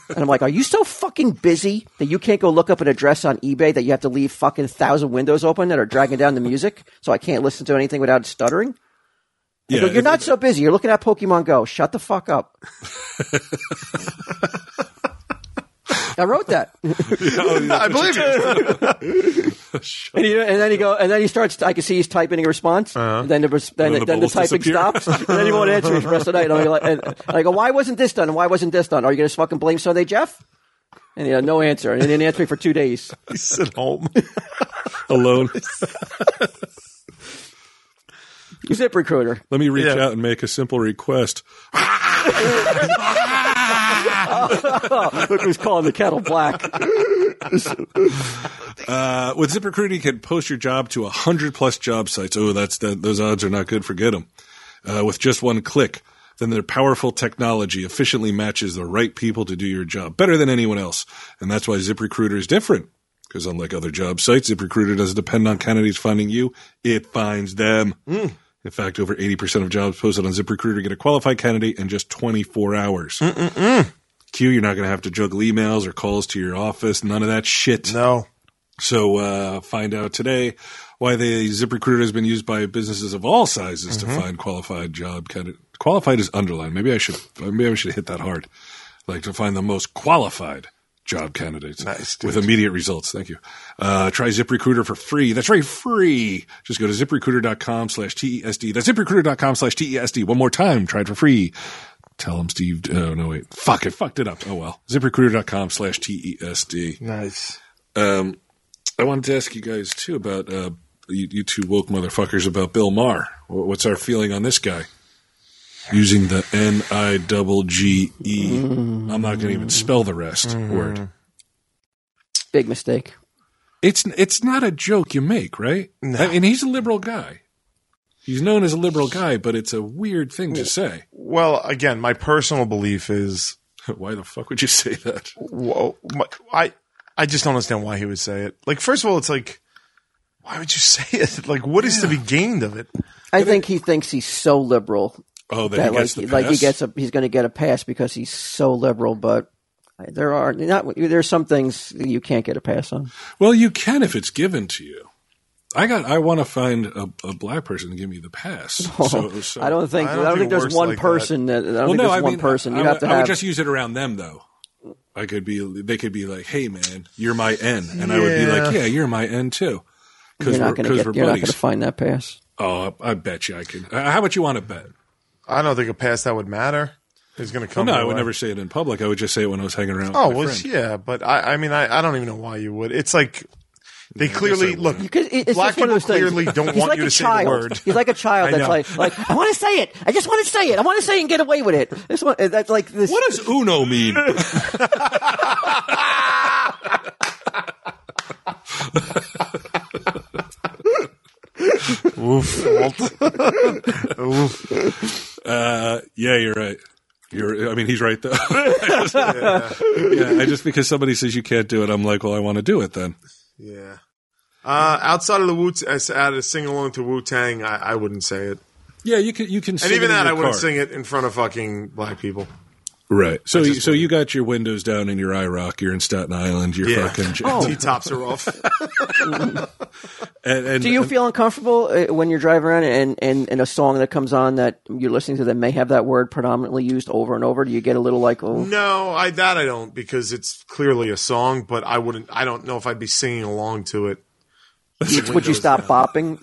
And I'm like, are you so fucking busy that you can't go look up an address on eBay that you have to leave fucking thousand windows open that are dragging down the music so I can't listen to anything without stuttering? I go, Yeah, You're not so busy. You're looking at Pokemon Go. Shut the fuck up. I wrote that. I believe you. And, he, and then he go, and then he starts. I can see he's typing a response. And then the res- then, Uh-huh. then then the the, bubbles typing disappear. stops. and then he won't answer it for the rest of the night. And, I'm like, and I go, why wasn't this done? Why wasn't this done? Are you going to fucking blame Sunday Jeff? And he had no answer. And he didn't answer me for two days. He's at home. alone. Zip recruiter. Let me reach Yeah. out and make a simple request. Look who's calling the kettle black. Uh, with ZipRecruiter, you can post your job to 100 plus job sites. Oh, that's that, those odds are not good. Forget them. Uh, with just one click, then their powerful technology efficiently matches the right people to do your job better than anyone else. And that's why ZipRecruiter is different. Because unlike other job sites, ZipRecruiter doesn't depend on candidates finding you. It finds them. In fact, over 80% of jobs posted on ZipRecruiter get a qualified candidate in just 24 hours. Q, you're not going to have to juggle emails or calls to your office. None of that shit. No. So uh, find out today why the ZipRecruiter has been used by businesses of all sizes Mm-hmm. to find qualified job candidate. Qualified is underlined. Maybe I should maybe I should hit that hard, like to find the most qualified job candidates Nice, dude. with immediate results. Thank you. Uh, try ZipRecruiter for free. That's right, free. Just go to ZipRecruiter.com slash TESD. That's ZipRecruiter.com slash TESD. One more time. Try it for free. Tell them Steve. Oh, no, wait. Fuck, I fucked it up. Oh, well. ZipRecruiter.com slash E TESD. Nice. Um, I wanted to ask you guys too about uh, you, you two woke motherfuckers about Bill Maher. Wh- What's our feeling on this guy? Using the N I double G E. Mm-hmm. I'm not going to even spell the rest word. Big mistake. It's it's not a joke you make, right? I mean, he's a liberal guy. He's known as a liberal guy, but it's a weird thing to say. Well, again, my personal belief is, Why the fuck would you say that? whoa, my, I, I just don't understand why he would say it. Like, first of all, it's like, why would you say it? Like, what is to be gained of it? I think he thinks he's so liberal Oh, that, that he gets like, the like he pass? gets a he's going to get a pass because he's so liberal. But there are not there's some things you can't get a pass on. Well, you can if it's given to you. I got. I want to find a, a black person to give me the pass. so, so. I don't think I I don't, don't think think it there's works one like that. person that, I don't think there's one person. You I, have to I have would just use it around them, though. I could be. They could be like, "Hey, man, you're my N," and I would be like, Yeah. "Yeah, you're my N too," you're because we're not going to because get we're you're not going to buddies. find that pass. Oh, I I bet you I can. Uh, how much you want to bet? I don't think a pass that would matter is going to come. No, my I would way. never say it in public. I would just say it when I was hanging around. Oh, with my well, friend. yeah, but I, I mean, I, I don't even know why you would. It's like they I clearly would. look. Because it's black just one of people those things. clearly don't He's want like you a to say the child. word. He's like a child I that's know. like, like I want to say it. I just want to say it. I want to say it and get away with it. This one, that's like this. What does Uno mean? Oof. Walt. Oof. uh, yeah, you're right. You're. I mean, he's right though. yeah. yeah, I just because somebody says you can't do it, I'm like, well, I want to do it then. Yeah. Uh, outside of the Wu, out of sing along to Wu Tang, I, I wouldn't say it. Yeah, you can you can. Sing And even it in that, your I wouldn't car. sing it in front of fucking black people. Right. So you, just so you got your windows down in your IROC. You're in Staten Island. You're Yeah. Oh. fucking. Oh. T tops are off. And, and, Do you feel uncomfortable uh, when you're driving around and, and, and a song that comes on that you're listening to that may have that word predominantly used over and over? Do you get a little like, oh, no, I that I don't because it's clearly a song, but I wouldn't. I don't know if I'd be singing along to it. Mm. would you stop bopping?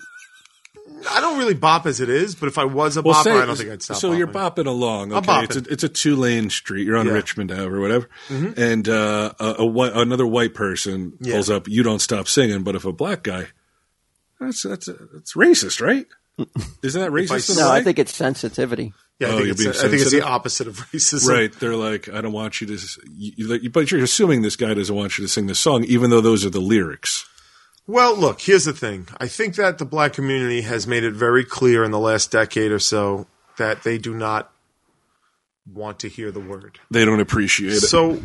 I don't really bop as it is, but if I was a bopper, say- I don't think I'd stop. So you're bopping. bopping along. Okay, bopping. it's a, it's a two lane street. You're on Yeah. Mm-hmm. Richmond Ave or whatever, and uh, a, a white, another white person pulls up. You don't stop singing, but if a black guy, that's that's that's racist, right? Isn't that I racist? in a No, I way? think it's sensitivity. Yeah, I, Oh, think you're it's, being I think it's the sensitive? opposite of racism. Right. They're like, I don't want you to, s- you, you, but you're assuming this guy doesn't want you to sing this song, even though those are the lyrics. Well, look, here's the thing. I think that the black community has made it very clear in the last decade or so that they do not want to hear the word. They don't appreciate it. So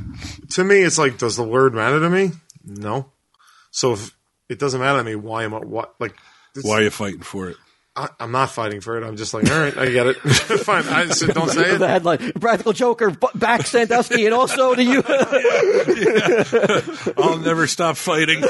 to me, it's like, does the word matter to me? No. So if it doesn't matter to me, why am I, what, like, this- Why are you fighting for it? I, I'm not fighting for it. I'm just like, all right, I get it. Fine. I, so don't say The it. headline: Practical Joker b- back Sandusky, and also to you. I'll never stop fighting till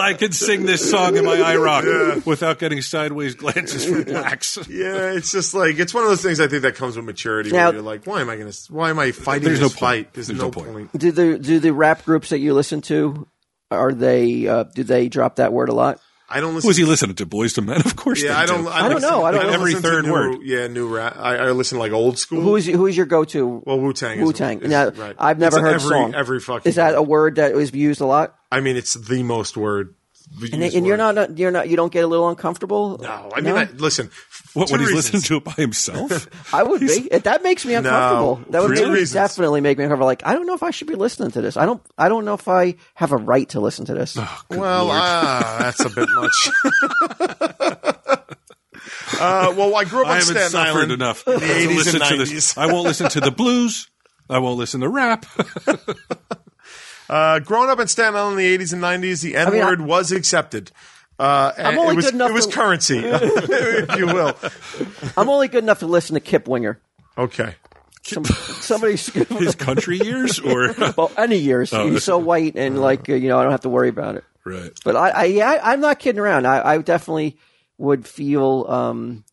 I can sing this song in my IROC without getting sideways glances from blacks. Yeah, it's just like, it's one of those things I think that comes with maturity Now- where you're like, why am I going to, why am I fighting There's this no point. fight? There's, There's no, no point. point. do the do the rap groups that you listen to? Are they uh, do they drop that word a lot? I don't listen Was he listening to Boys to Men? Of course. Yeah, they I don't. do. I, don't listen- know. I don't know. Every listen to third new- word. Yeah, new rap. I, I listen to like old school. Who is who is your go to? well, Wu Tang. Wu Tang. Is, Now, right. I've never It's heard every, song. Every fucking. Is that a word that is used a lot? I mean, it's the most word. And, and you're not you're not you don't get a little uncomfortable? No, I mean, I, listen. f- What, two when he's reasons. listening to it by himself? I would be. If that makes me uncomfortable. that would for two make me- reasons. definitely make me uncomfortable. Like I don't know if I should be listening to this. I don't. I don't know if I have a right to listen to this. Well, ah, that's a bit much. uh, well, I grew up I on haven't Staten suffered Island. enough in The to 80s listen and 90s. to this. I won't listen to the blues. I won't listen to rap. Uh, growing up in Staten Island in the 80s and 90s, the N mean, I- word was accepted. Uh, and only it was, good enough it was to- currency, if you will. I'm only good enough to listen to Kip Winger. Okay. Some, somebody. His country years, or well, any years. Oh. He's so white and like uh, you know I don't have to worry about it. right. But I, I yeah, I- I'm not kidding around. I, I definitely would feel um,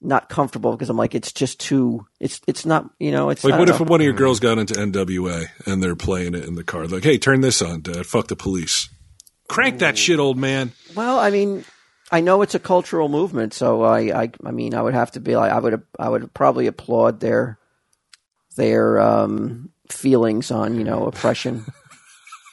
not comfortable because I'm like it's just too. It's it's not you know it's Like, I what don't if know. one of your girls got into NWA and they're playing it in the car? Like, hey, turn this on, Dad. Fuck the police. Crank that shit, old man. Well, I mean, I know it's a cultural movement, so I, I, I mean, I would have to be like, I would, I would probably applaud their, their um, feelings on you know oppression.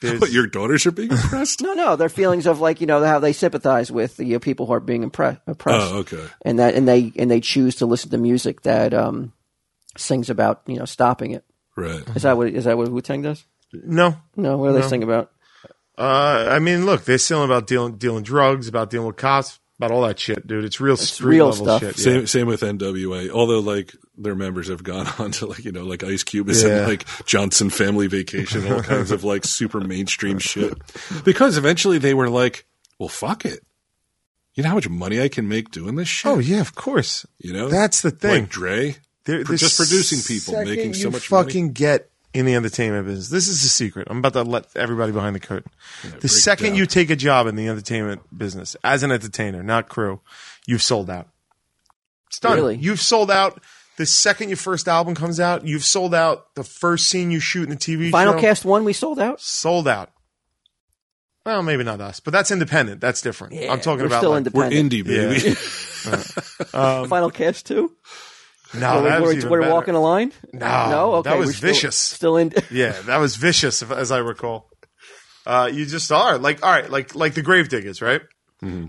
But your daughters are being oppressed. no, no, their feelings of like you know how they sympathize with the you know, people who are being impre- oppressed, oh, okay. and that and they and they choose to listen to music that um, sings about you know stopping it. Right. Is that what is that what Wu Tang does? No, No, what do they sing about? Uh, I mean, look, they're still about dealing dealing drugs, about dealing with cops, about all that shit, dude. It's real street real level stuff. shit. Same, same with NWA. Although, like, their members have gone on to, like, you know, like Ice Cube is in, Yeah. like, Johnson Family Vacation, all kinds of, like, super mainstream shit. Because eventually they were like, well, fuck it. You know how much money I can make doing this shit? Oh yeah, of course. you know? that's the thing. Like Dre. They're, Pro- just producing people, second making so you much money. fucking get in the entertainment business. This is the secret. I'm about to let everybody behind the curtain. the second down. you take a job in the entertainment business as an entertainer, not crew, you've sold out. It's done. Really? You've sold out. The second your first album comes out, you've sold out. The first scene you shoot in the TV Final show, Cast One, we sold out. sold out. Well, maybe not us, but that's independent. That's different. I'm talking We're about still like- um, We're independent. indie, baby. Final Cast Two. No, we're Oh, that was even we're better. walking a line. No, no, okay, that was we're still- vicious. Still, in. Yeah, that was vicious, if- as I recall. Uh, you just are like, all right, like like the Gravediggers, right?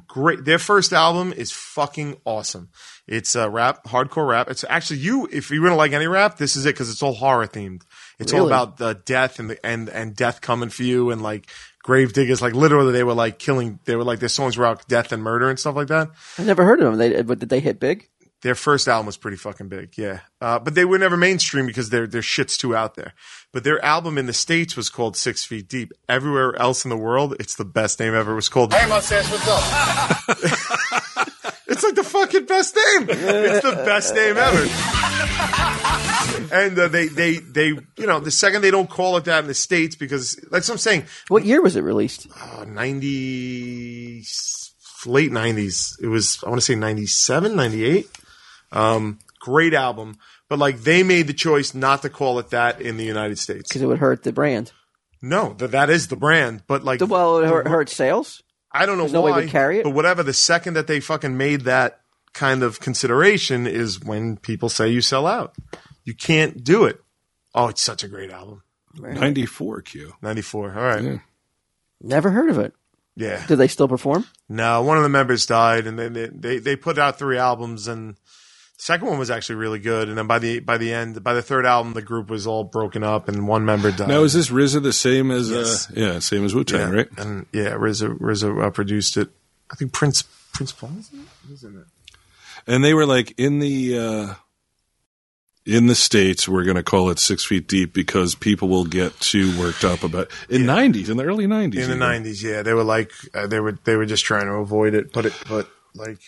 Great. Their first album is fucking awesome. It's uh, rap, hardcore rap. It's actually you. If you're gonna like any rap, this is it because it's all horror themed. It's all Really? about the death and the and and death coming for you and like Gravediggers. Like literally, they were like killing. They were like their songs were about death and murder and stuff like that. I never heard of them. They, but uh, did they hit big? Their first album was pretty fucking big, yeah. Uh, but they were never mainstream because their their shit's too out there. But their album in the states was called Six Feet Deep. Everywhere else in the world, it's the best name ever. It was called. Hey, mustache, what's up? It's like the fucking best name. It's the best name ever. And uh, they they they you know the second they don't call it that in the states because that's what I'm saying. What year was it released? uh, 90 late 90s it was i want to say 97 98 um, great album but like they made the choice not to call it that in the united states Because it would hurt the brand. no th- that is the brand but like The- Well, it hurt, hurt sales. i don't know no why way we carry it? but whatever the second that they fucking made that kind of consideration is when people say you sell out you can't do it oh it's such a great album 94 Q. 94 all right yeah, Never heard of it. Do they still perform? No, one of the members died, and then they, they they put out three albums, and the second one was actually really good. And then by the by the end, by the third album, the group was all broken up, and one member died. Now, is this RZA the same as, Yes. uh, yeah, same as Wu yeah. Tang, right? And yeah, RZA RZA uh, produced it. I think Prince Prince Paul. is in it? Who's in it? And they were like, in the, uh, in the States, we're going to call it six feet deep because people will get too worked up about in 90s, in the early 90s. In the even. nineties, yeah, they were like uh, they were they were just trying to avoid it, but it but like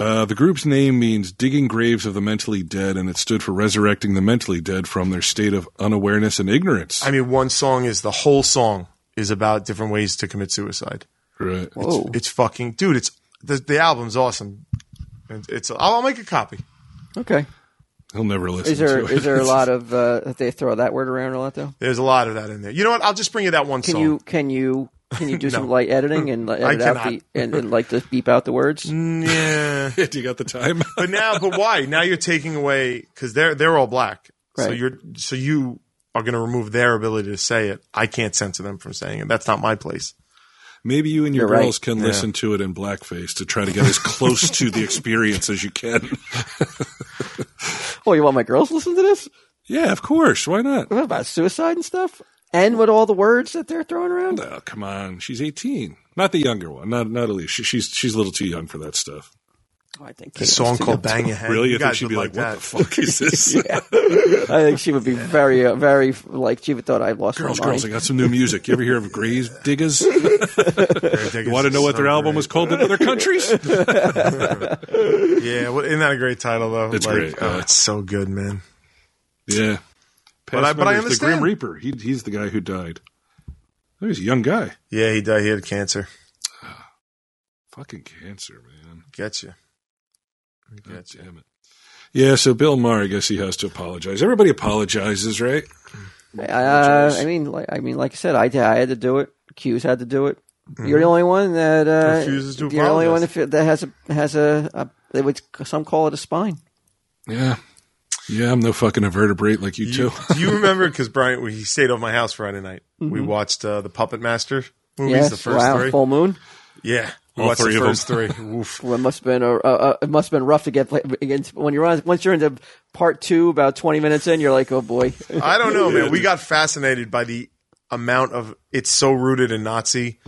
Uh, the group's name means digging graves of the mentally dead, and it stood for resurrecting the mentally dead from their state of unawareness and ignorance. I mean, one song is the whole song is about different ways to commit suicide. right. Whoa. It's fucking dude. It's the the album's awesome. It's, it's I'll, I'll make a copy. Okay. He'll never listen Is there to it. is there a lot of uh, that they throw that word around a lot though? There's a lot of that in there. You know what? I'll just bring you that one Can song. you can you can you do some light editing and like, I edit out the cannot. Mm. and, and like just beep out the words? yeah. Do you got the time? but now, but why? Now you're taking away because they're they're all black. So Right. you're so you are going to remove their ability to say it. I can't censor them from saying it. That's not my place. Maybe you and your You're right. girls can listen to it in blackface to try to get as close to the experience as you can. Oh, you want my girls to listen to this? Yeah, of course. Why not? What about suicide and stuff? And with all the words that they're throwing around? Oh, come on. She's 18. Not the younger one. Not not Elise. She, she's she's a little too young for that stuff. Oh, I think A Kate song wants to called go- "Bang Your Head." really? You I think guys she'd would be like, like what that. the fuck is this? I think she would be very, uh, very like she would thought I lost Girls, my mind. girls, I got some new music. You ever hear of Grave Diggers? You You want to know what their album was called in other countries? Yeah, well, isn't that a great title though? It's great, Oh, yeah. it's so good, man. Yeah. But I- Past but I members, The Grim understand. Reaper. He, he's the guy who died. He was a young guy. Yeah, he died. He had cancer. Fucking cancer, man. Get you. God damn it. Yeah, so Bill Maher, I guess he has to apologize. Everybody apologizes, right? Uh, I mean, like I mean, like I said, I, I had to do it. Q's had to do it. Mm-hmm. You're the only one that uh, Refuses to You're the only one that apologize. fe- that has a has a, a they would some call it a spine. Yeah. Yeah, I'm no fucking invertebrate like you, You, two. do you remember? Because Brian, we- he stayed over my house Friday night. We watched uh, the Puppet Master movies, Mm-hmm. Yes, the first wow, three. full moon. Yeah, we All watched three the of 'em. first three. Oof. Well, it must have been a, a, a it must have been rough to get against when you're on once you're into part two about 20 minutes in, you're like, oh boy, I don't know, man. We got fascinated by the amount of it's so rooted in Nazi,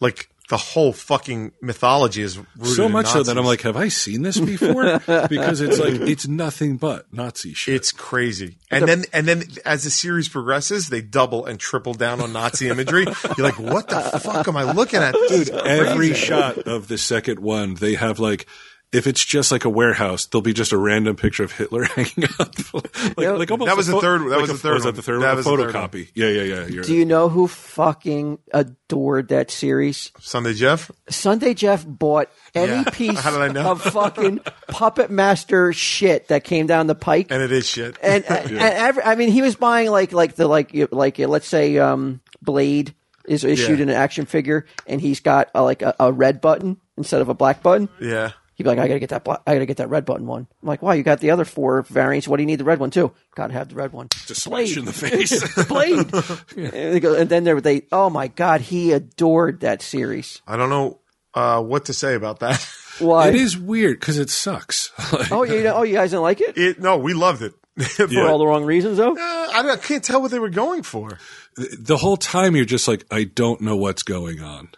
like the whole fucking mythology is rooted So in much so that Nazis. I'm like, have I seen this before? because it's like, it's nothing but Nazi shit. it's crazy. And then and then as the series progresses, they double and triple down on Nazi imagery. You're like, what the fuck am I looking at, dude? Every shot of the second one, they have like, if it's just like a warehouse, there'll be just a random picture of Hitler hanging up. like, Yep. like almost That was a the third- that like was a- the third Was that one. the third That one? was a the third photocopy. Yeah, yeah, yeah. You're do you know who fucking adored that series? Sunday Jeff. Sunday Jeff bought any Yeah. piece How did I know? of fucking puppet master shit that came down the pike, and And it is shit. and, and every, I mean, he was buying like like the like you- like uh, let's say um, Blade is issued Yeah. in an action figure, and he's got uh like a, a red button instead of a black button. yeah. He'd be like, I gotta get that black, I gotta get that red button one. I'm like, wow, you got the other four variants. What do you need the red one too? Gotta have the red one. just smash you in the face. Blade. and, they go, and then there they, oh my god, he adored that series. I don't know uh, what to say about that. Why? It is weird because it sucks. Like, Oh, you oh, you guys didn't like it It, no, we loved it. For for all all- the wrong reasons, though. Uh, I, don't- I can't tell what they were going for. the whole time you're just like, I don't know what's going on.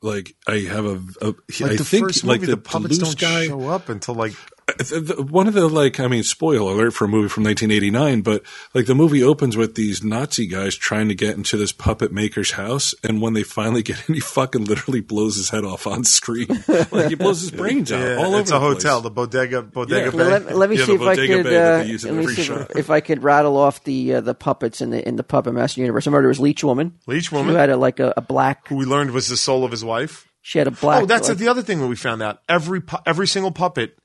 Like I have a, a I Like the think first like movie, the, the, the puppets loose don't guy. show up until like th- th- one of the like, I mean, spoiler alert for a movie from 1989, but like the movie opens with these Nazi guys trying to get into this puppet maker's house, and when they finally get in, he fucking literally blows his head off on screen. like he blows his brains out all over uh, it's the a hotel, Place. the bodega, bodega. Yeah. Bay. Let, let me Yeah, see the if I Bodega could. Bay that Uh, they use in let me every see if, shop. if I could rattle off the uh, the puppets in the in the Puppet Master universe. I remember there was Leech Woman. Leech Who Woman, had a like a, a black. who we learned was the soul of his wife. She had a black. Oh, that's like, the other thing that we found out. Every pu- every single puppet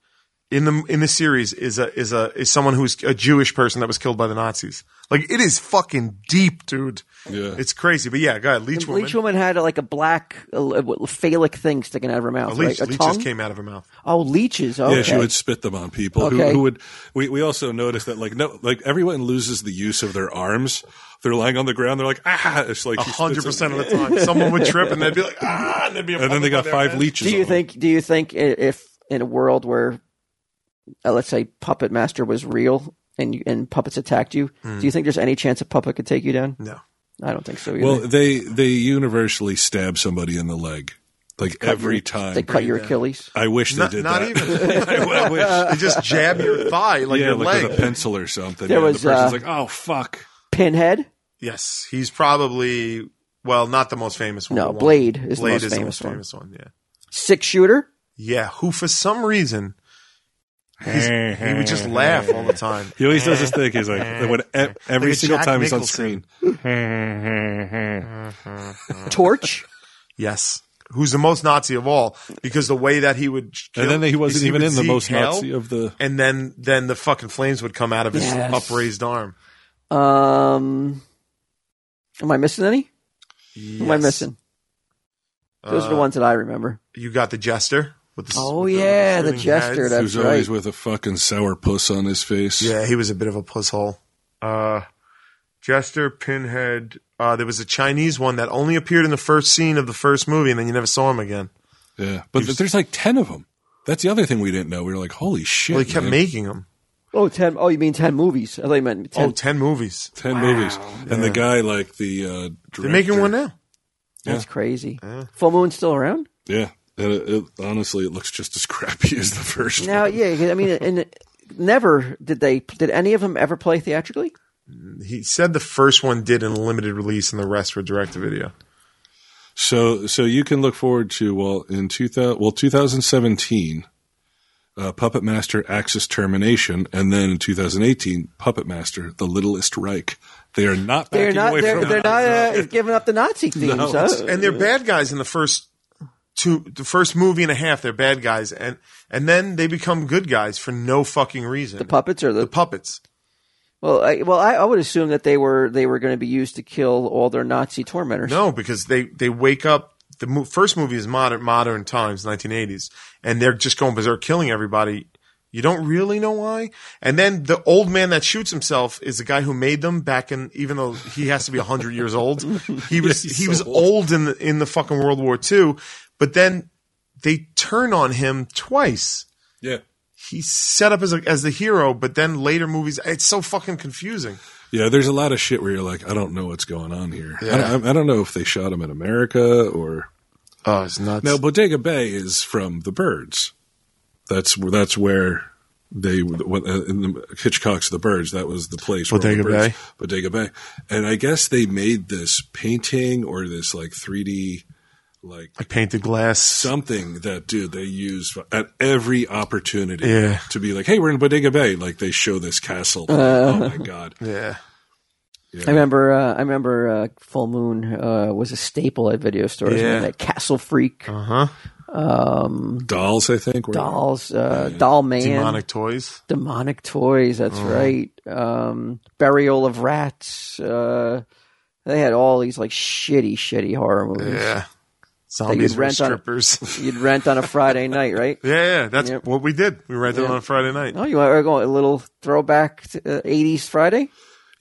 in the in the series is a is a is someone who's a Jewish person that was killed by the Nazis. Like it is fucking deep, dude. Yeah. it's crazy. But yeah, go ahead. Leech woman. Leech Woman had a, like a black uh, what- phallic thing sticking out of her mouth. A Oh, leech, right? A leeches tongue? came out of her mouth. Oh, leeches. Okay. Yeah, she would spit them on people who, Okay. who would. We, we also noticed that like no, like everyone loses the use of their arms. They're lying on the ground. They're like ah, it's like she spits hundred percent them. of the time, someone would trip and they'd be like ah, and, they'd be a And then they got puppet by their five head. leeches. Do you on them. think? Do you think i- if in a world where, uh, let's say, Puppet Master was real and you, and puppets attacked you, Hmm. do you think there's any chance a puppet could take you down? No, I don't think so. Either. Well, they they universally stab somebody in the leg, like every time. they cut your Achilles. I wish they not, did not that. even. I, I wish. they just jab your thigh like yeah, your like leg. with a pencil or something. There yeah, was, the person's uh, like, oh fuck. Pinhead. Yes, he's probably well, not the most famous one. No, but one. Blade is the most is famous the most one. famous one. Yeah. Six shooter. Yeah, who for some reason he's- he would just laugh all the time. He always does this thing. He's like, when, e- every Like a single Jack time he's on Nicholson. screen. Uh. Torch. Yes, who's the most Nazi of all because the way that he would kill, And then he wasn't he even would in the see most hell, Nazi of the. and then then the fucking flames would come out of his Yes. upraised arm. Um, am I missing any? Am I Yes. missing? Those are the Uh, ones that I remember. You got the jester with the Oh, with the- yeah, with the shooting jester, heads. that's Who's always right. with a fucking sour puss on his face. Yeah, he was a bit of a pusshole. Uh, Jester, Pinhead. Uh, there was a Chinese one that only appeared in the first scene of the first movie, and then you never saw him again. Yeah. But there's like 10 of them. That's the other thing we didn't know. We were like, holy shit. Well, he kept man. making them. Oh, ten. Oh, you mean ten movies? I thought you meant ten. Oh, 10 movies. 10 movies. And the guy, like the. Uh, director, They're making one now. That's crazy. Full Moon's still around. Yeah. And it, it, honestly, it looks just as crappy as the first Now, one. yeah, 'cause, I mean, and never did they did any of them ever play theatrically? He said the first one did in a limited release, and the rest were direct to video. So, so you can look forward to well in two thousand well two thousand seventeen, uh, Puppet Master Axis Termination, and then in two thousand eighteen, Puppet Master The Littlest Reich. They are not backing They're not. away They're, from they're that. not uh, giving up the Nazi themes. Oh, huh? And they're bad guys in the first two, the first movie and a half. They're bad guys, and and then they become good guys for no fucking reason. the puppets or the, The puppets. well, I, well, I, I would assume that they were they were going to be used to kill all their Nazi tormentors. No, because they they wake up. The mo- first movie is modern modern times, 1980s, and they're just going berserk, killing everybody. You don't really know why. And then the old man that shoots himself is the guy who made them back in. Even though he has to be 100 years old, he was he was old, in the, in the fucking World War II. But then they turn on him twice. Yeah, He's set up as a, as the hero, but then later movies, it's so fucking confusing. yeah. There's a lot of shit where you're like, I don't know what's going on here. I, Yeah. don't, I don't know if they shot him in America or Oh, it's nuts. now. Bodega Bay is from The Birds. That's where that's where they what, uh, in the Hitchcock's The Birds. That was the place. where all the Bodega birds- Bay. Bodega Bay, and I guess they made this painting or this like 3D like like painted glass. something that dude they use for- at every opportunity Yeah. to be like, hey, we're in Bodega Bay. Like they show this castle. oh my god. yeah. I remember. Uh, I remember. Uh, Full Moon uh, was a staple at video stores. Yeah. man. That Castle Freak, Uh huh. Dolls, I think. were- dolls, uh, doll man, Demonic Uh-huh. toys. Demonic toys. That's right. Um, Burial of Rats. Uh, they had all these like shitty, shitty horror movies. Yeah. That Zombies you'd were rent on- strippers. You'd rent on a Friday night, right? yeah, yeah, that's Yep. what we did. We rented it on a Friday night. Oh, you want to go a little throwback to, uh, 80s Friday?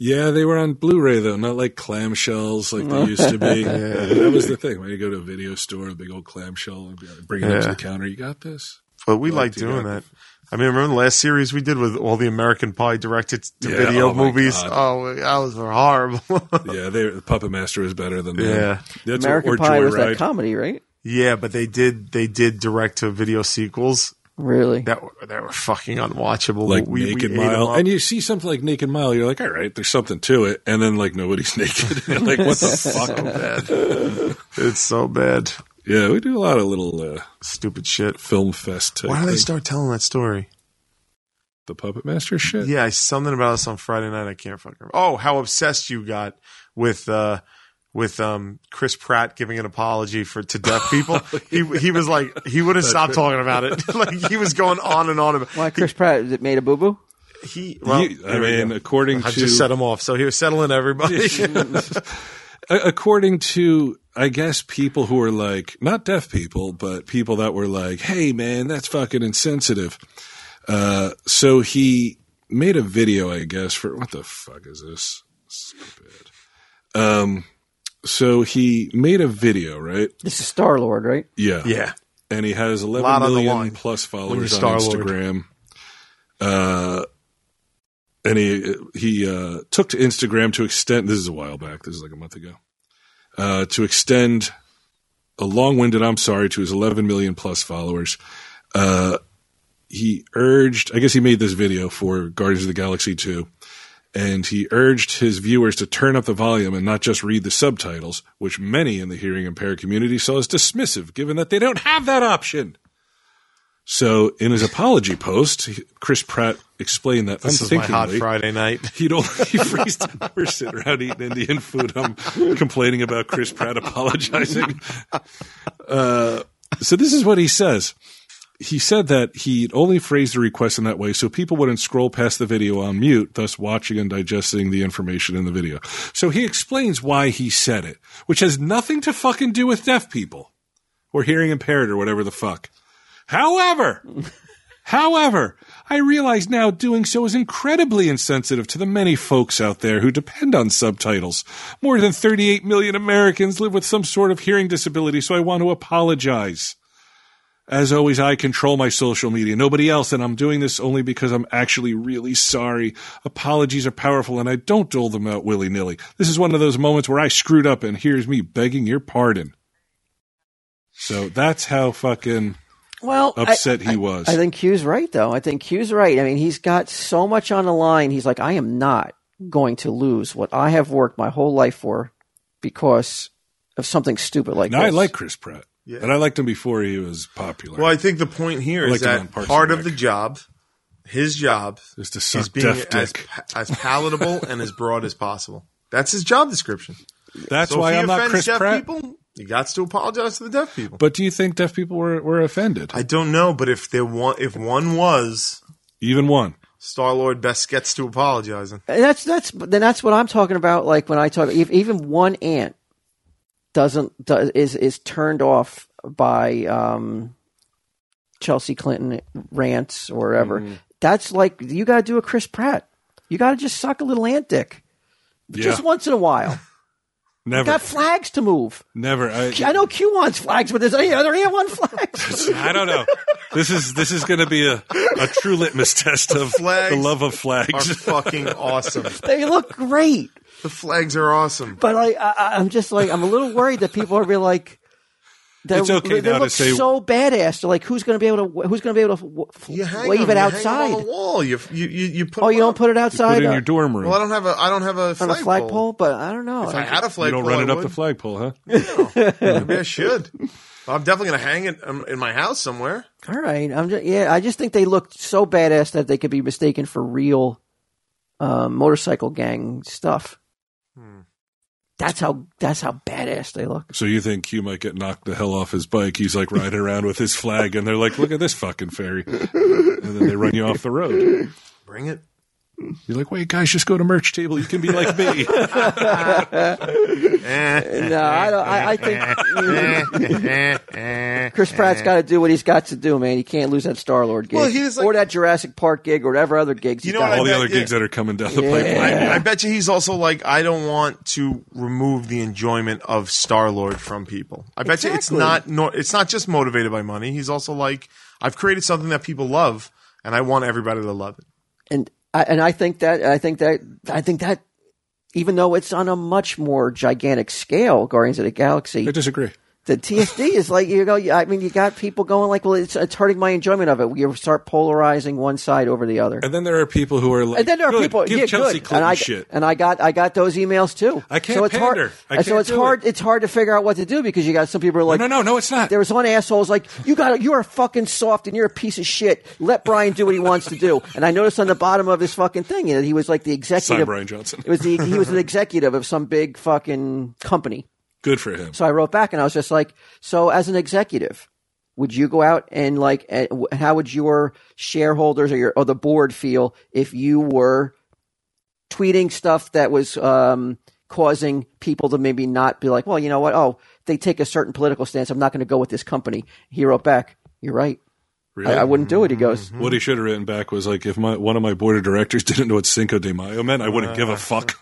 Yeah, they were on Blu-ray though, not like clamshells like they used to be. That was the thing. When you go to a video store, a big old clamshell, and be like, bring it up to Yeah. the counter. You got this. But we liked you doing got that. I mean, remember the last series we did with all the American Pie directed to Yeah, video oh my movies? God. Oh, that was horrible. Yeah, they, the Puppet Master is better than that. Yeah. That's American or Pie was that Joyride. comedy, right? yeah, but they did they did direct to video sequels, Really? that were, that were fucking unwatchable. like We- we naked ate 'em mile up. and you see something like naked mile you're like all right there's something to it and then like nobody's naked You're like what the fuck it's so bad. yeah we do a lot of little uh, Stupid shit. film fest type Why do they thing. start telling that story? the puppet master shit Yeah, something about us on Friday night. I can't fucking remember. Oh, how obsessed you got with uh, with um, Chris Pratt giving an apology for to deaf people. he he was like he wouldn't stop talking about it. like he was going on and on about Why Chris Pratt is it made a boo boo? he. Well, You- I there we mean, go. according I to just set him off, so he was settling everybody. a- according to I guess people who were like not deaf people, but people that were like, "Hey man, that's fucking insensitive." Uh, so he made a video, I guess, for what the fuck is this? Stupid. Um, so he made a video, right? This is Star Lord, right? Yeah, yeah, and he has Lot 11 on the million line plus you're followers on Star-Lord. Instagram. Uh, and he he uh, took to Instagram to extend. This is a while back. This is like a month ago. Uh, to extend a long-winded "I'm sorry" to his 11 million plus followers. Uh, he urged. I guess he made this video for Guardians of the Galaxy 2 and he urged his viewers to turn up the volume and not just read the subtitles, which many in the hearing impaired community saw as dismissive, given that they don't have that option. So, in his apology post, he- Chris Pratt explained that this is my hot unthinkingly. Friday night. He'd only freeze to never sit around eating Indian food. I'm complaining about Chris Pratt apologizing. Uh, so this is what he says. He said that he'd only phrased the request in that way so people wouldn't scroll past the video on mute, thus watching and digesting the information in the video. So he explains why he said it, which has nothing to fucking do with deaf people or hearing impaired or whatever the fuck. However, However, I realize now doing so is incredibly insensitive to the many folks out there who depend on subtitles. More than 38 million Americans live with some sort of hearing disability, so I want to apologize. As always, I control my social media, nobody else, and I'm doing this only because I'm actually really sorry. Apologies are powerful, and I don't dole them out willy nilly. This is one of those moments where I screwed up, and here's me begging your pardon. So that's how fucking Well, I- upset he was. I think Q's right, though. I think Q's right. I mean, he's got so much on the line. He's like, I am not going to lose what I have worked my whole life for because of something stupid like Now this. I like Chris Pratt, and I liked him before he was popular. Well, I think the point here I is like him on that Parks and part of Rec. the job, his job, Is to is suck being deaf as, dick. pa- as palatable and as broad as possible. That's his job description. That's so why if he I'm not offends Chris deaf Pratt. people, you got to apologize to the deaf people. But do you think deaf people were, were offended? I don't know, but if there one, if one was Even one. Star Lord, best gets to apologizing. And that's that's then that's what I'm talking about. Like when I talk, if even one ant doesn't does, is is turned off by um, Chelsea Clinton rants or whatever, Mm-hmm. that's like you got to do a Chris Pratt. You got to just suck a little ant dick, just Yeah. once in a while. Never, Got flags to move. never. I, I know Q wants flags, but there's any other ant want flags. I don't know. This is this is going to be a, a true litmus test of Flags the love of Are flags. fucking awesome. they look great, The flags are awesome. but like I, I- I'm just like I'm a little worried that people are be like. They're, It's okay they now to look say- so badass. They're like, who's going to be able to? Who's going to be able to w- f- You hang wave them, it you hang them outside? on the wall. You you you, you put. oh, them you don't up. put it Put outside it in uh, your dorm room. Well, I don't have a I don't have a on a flagpole. flagpole, but I don't know. If I had a you flagpole, don't run I it up the would. flagpole, huh? Maybe I should. I'm definitely gonna hang it um, in my house somewhere. All right, I'm just yeah. I just think they looked so badass that they could be mistaken for real um, motorcycle gang stuff. That's how that's how badass they look. So you think Q might get knocked the hell off his bike? He's like riding around with his flag, and they're like, "Look at this fucking fairy," and then they run you off the road. Bring it. You're like, "Wait, guys, just go to merch table. You can be like me." Eh, No, I don't. I, I think eh, eh, eh. Chris Pratt's got to do what he's got to do, man. He can't lose that Star Lord gig Well, he was like- or that Jurassic Park gig or whatever other gigs. You he's know got. what I All the bet- other yeah. gigs that are coming down the Yeah. pipeline. I bet you he's also like, I don't want to remove the enjoyment of Star Lord from people. I bet you it's Exactly. not nor, it's not just motivated by money. He's also like, I've created something that people love, and I want everybody to love it. and I, and I think that I think that I think that even though it's on a much more gigantic scale, Guardians of the Galaxy, I disagree. the TSD is like you know. I mean, you got people going like, well, it's, it's hurting my enjoyment of it. We start polarizing one side over the other. And then there are people who are like, And then there are "Good, people give yeah, Chelsea good. Clinton and I, shit. And I got I got those emails too. I can't so it's pander. hard. I and so can't it's do hard. It's hard to figure out what to do because you got some people who are like, no, no, no, it's not. There was one asshole who's like, you got you're a fucking soft and you're a piece of shit. Let Brian do what he wants to do. And I noticed on the bottom of his fucking thing that he was like the Sign executive. Brian Johnson. It was the he was an executive of some big fucking company. Good for him. So I wrote back and I was just like, so as an executive, would you go out and like, eh, w- how would your shareholders or your or the board feel if you were tweeting stuff that was um, causing people to maybe not be like, well, you know what? Oh, they take a certain political stance. I'm not going to go with this company. He wrote back, you're right. Really? I, I wouldn't do it. He goes, What he should have written back was like, if my one of my board of directors didn't know what Cinco de Mayo meant, I wouldn't give a fuck.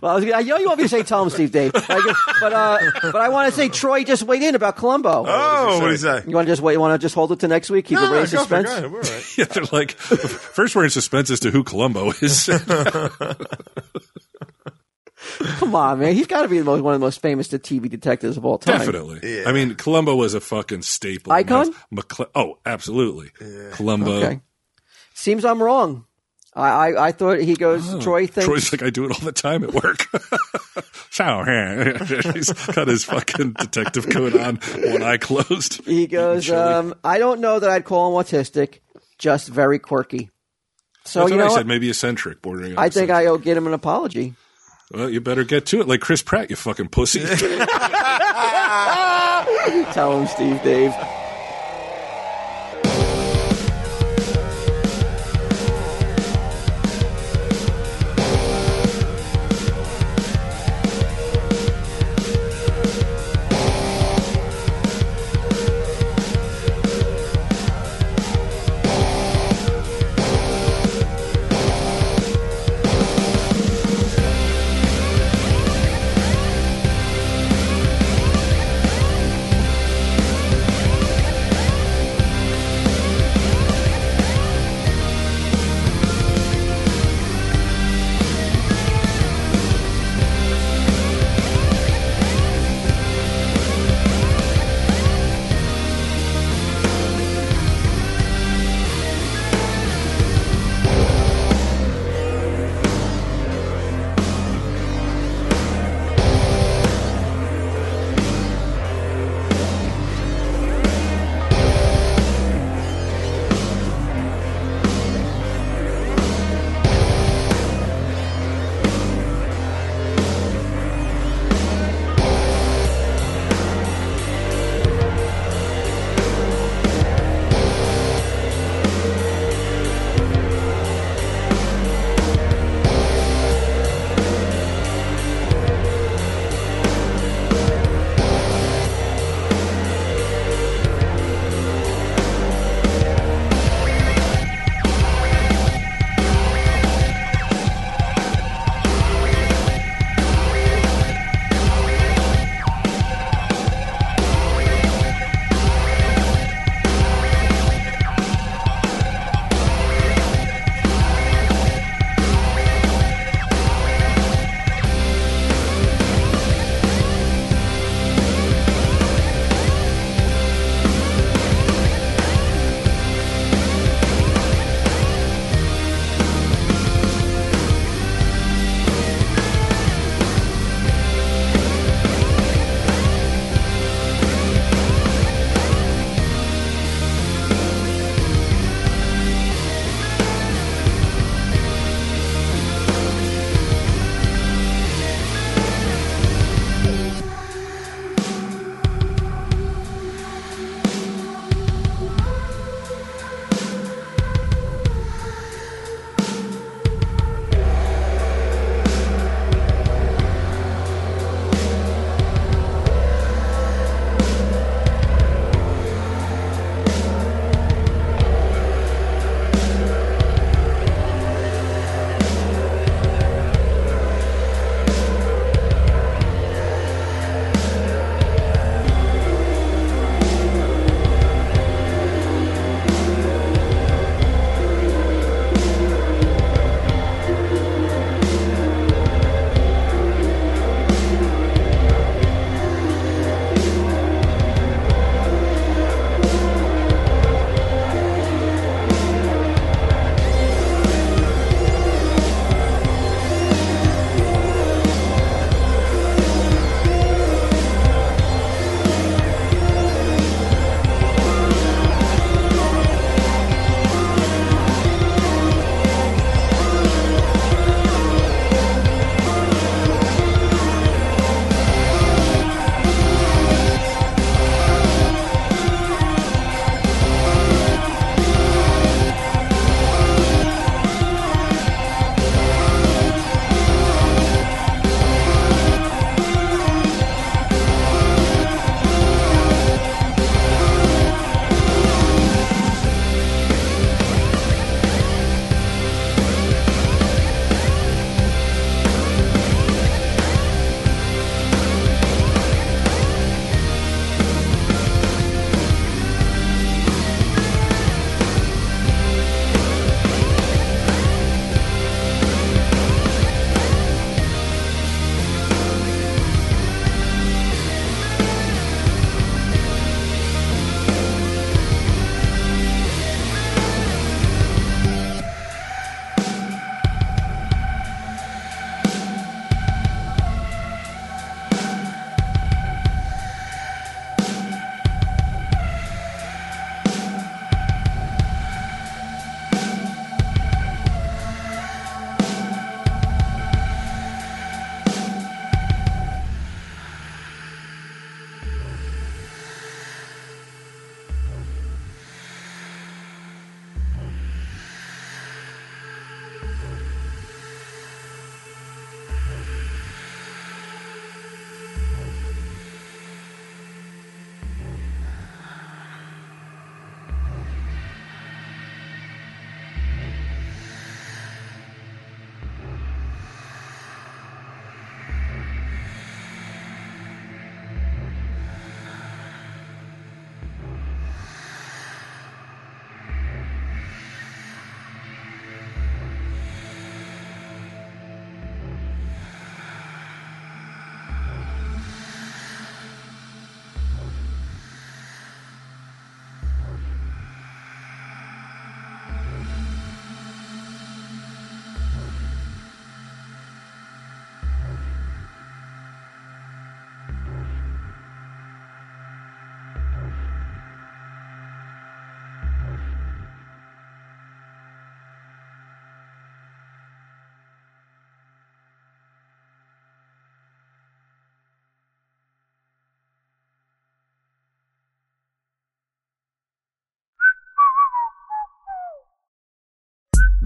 well, I, was, gonna- I know you want me to say Tom, Steve, Dave, I guess- but uh, but I want to say Troy just weighed in about Columbo. Oh, what what do did you he say? say? Ah, you want to just wait? You want to just hold it to next week? Keep it raised go for it, suspense. go ahead, we're all right. yeah, they're like, first we're in suspense as to who Columbo is. Come on, man. He's got to be the most, one of the most famous TV detectives of all time. Definitely. Yeah. I mean, Columbo was a fucking staple. Icon? McCle- oh, absolutely. Columbo. Okay. Seems I'm wrong. I, I, I thought he goes, Oh. Troy thinks. Troy's like, I do it all the time at work. So he's got his fucking detective coat on, one eye closed. he goes, Chili. um, I don't know that I'd call him autistic, just very quirky. So, That's you what know, I what? said. Maybe eccentric, bordering. on I think eccentric. I owe get him an apology. Well, you better get to it, like Chris Pratt. You fucking pussy. Tell him, Steve, Dave.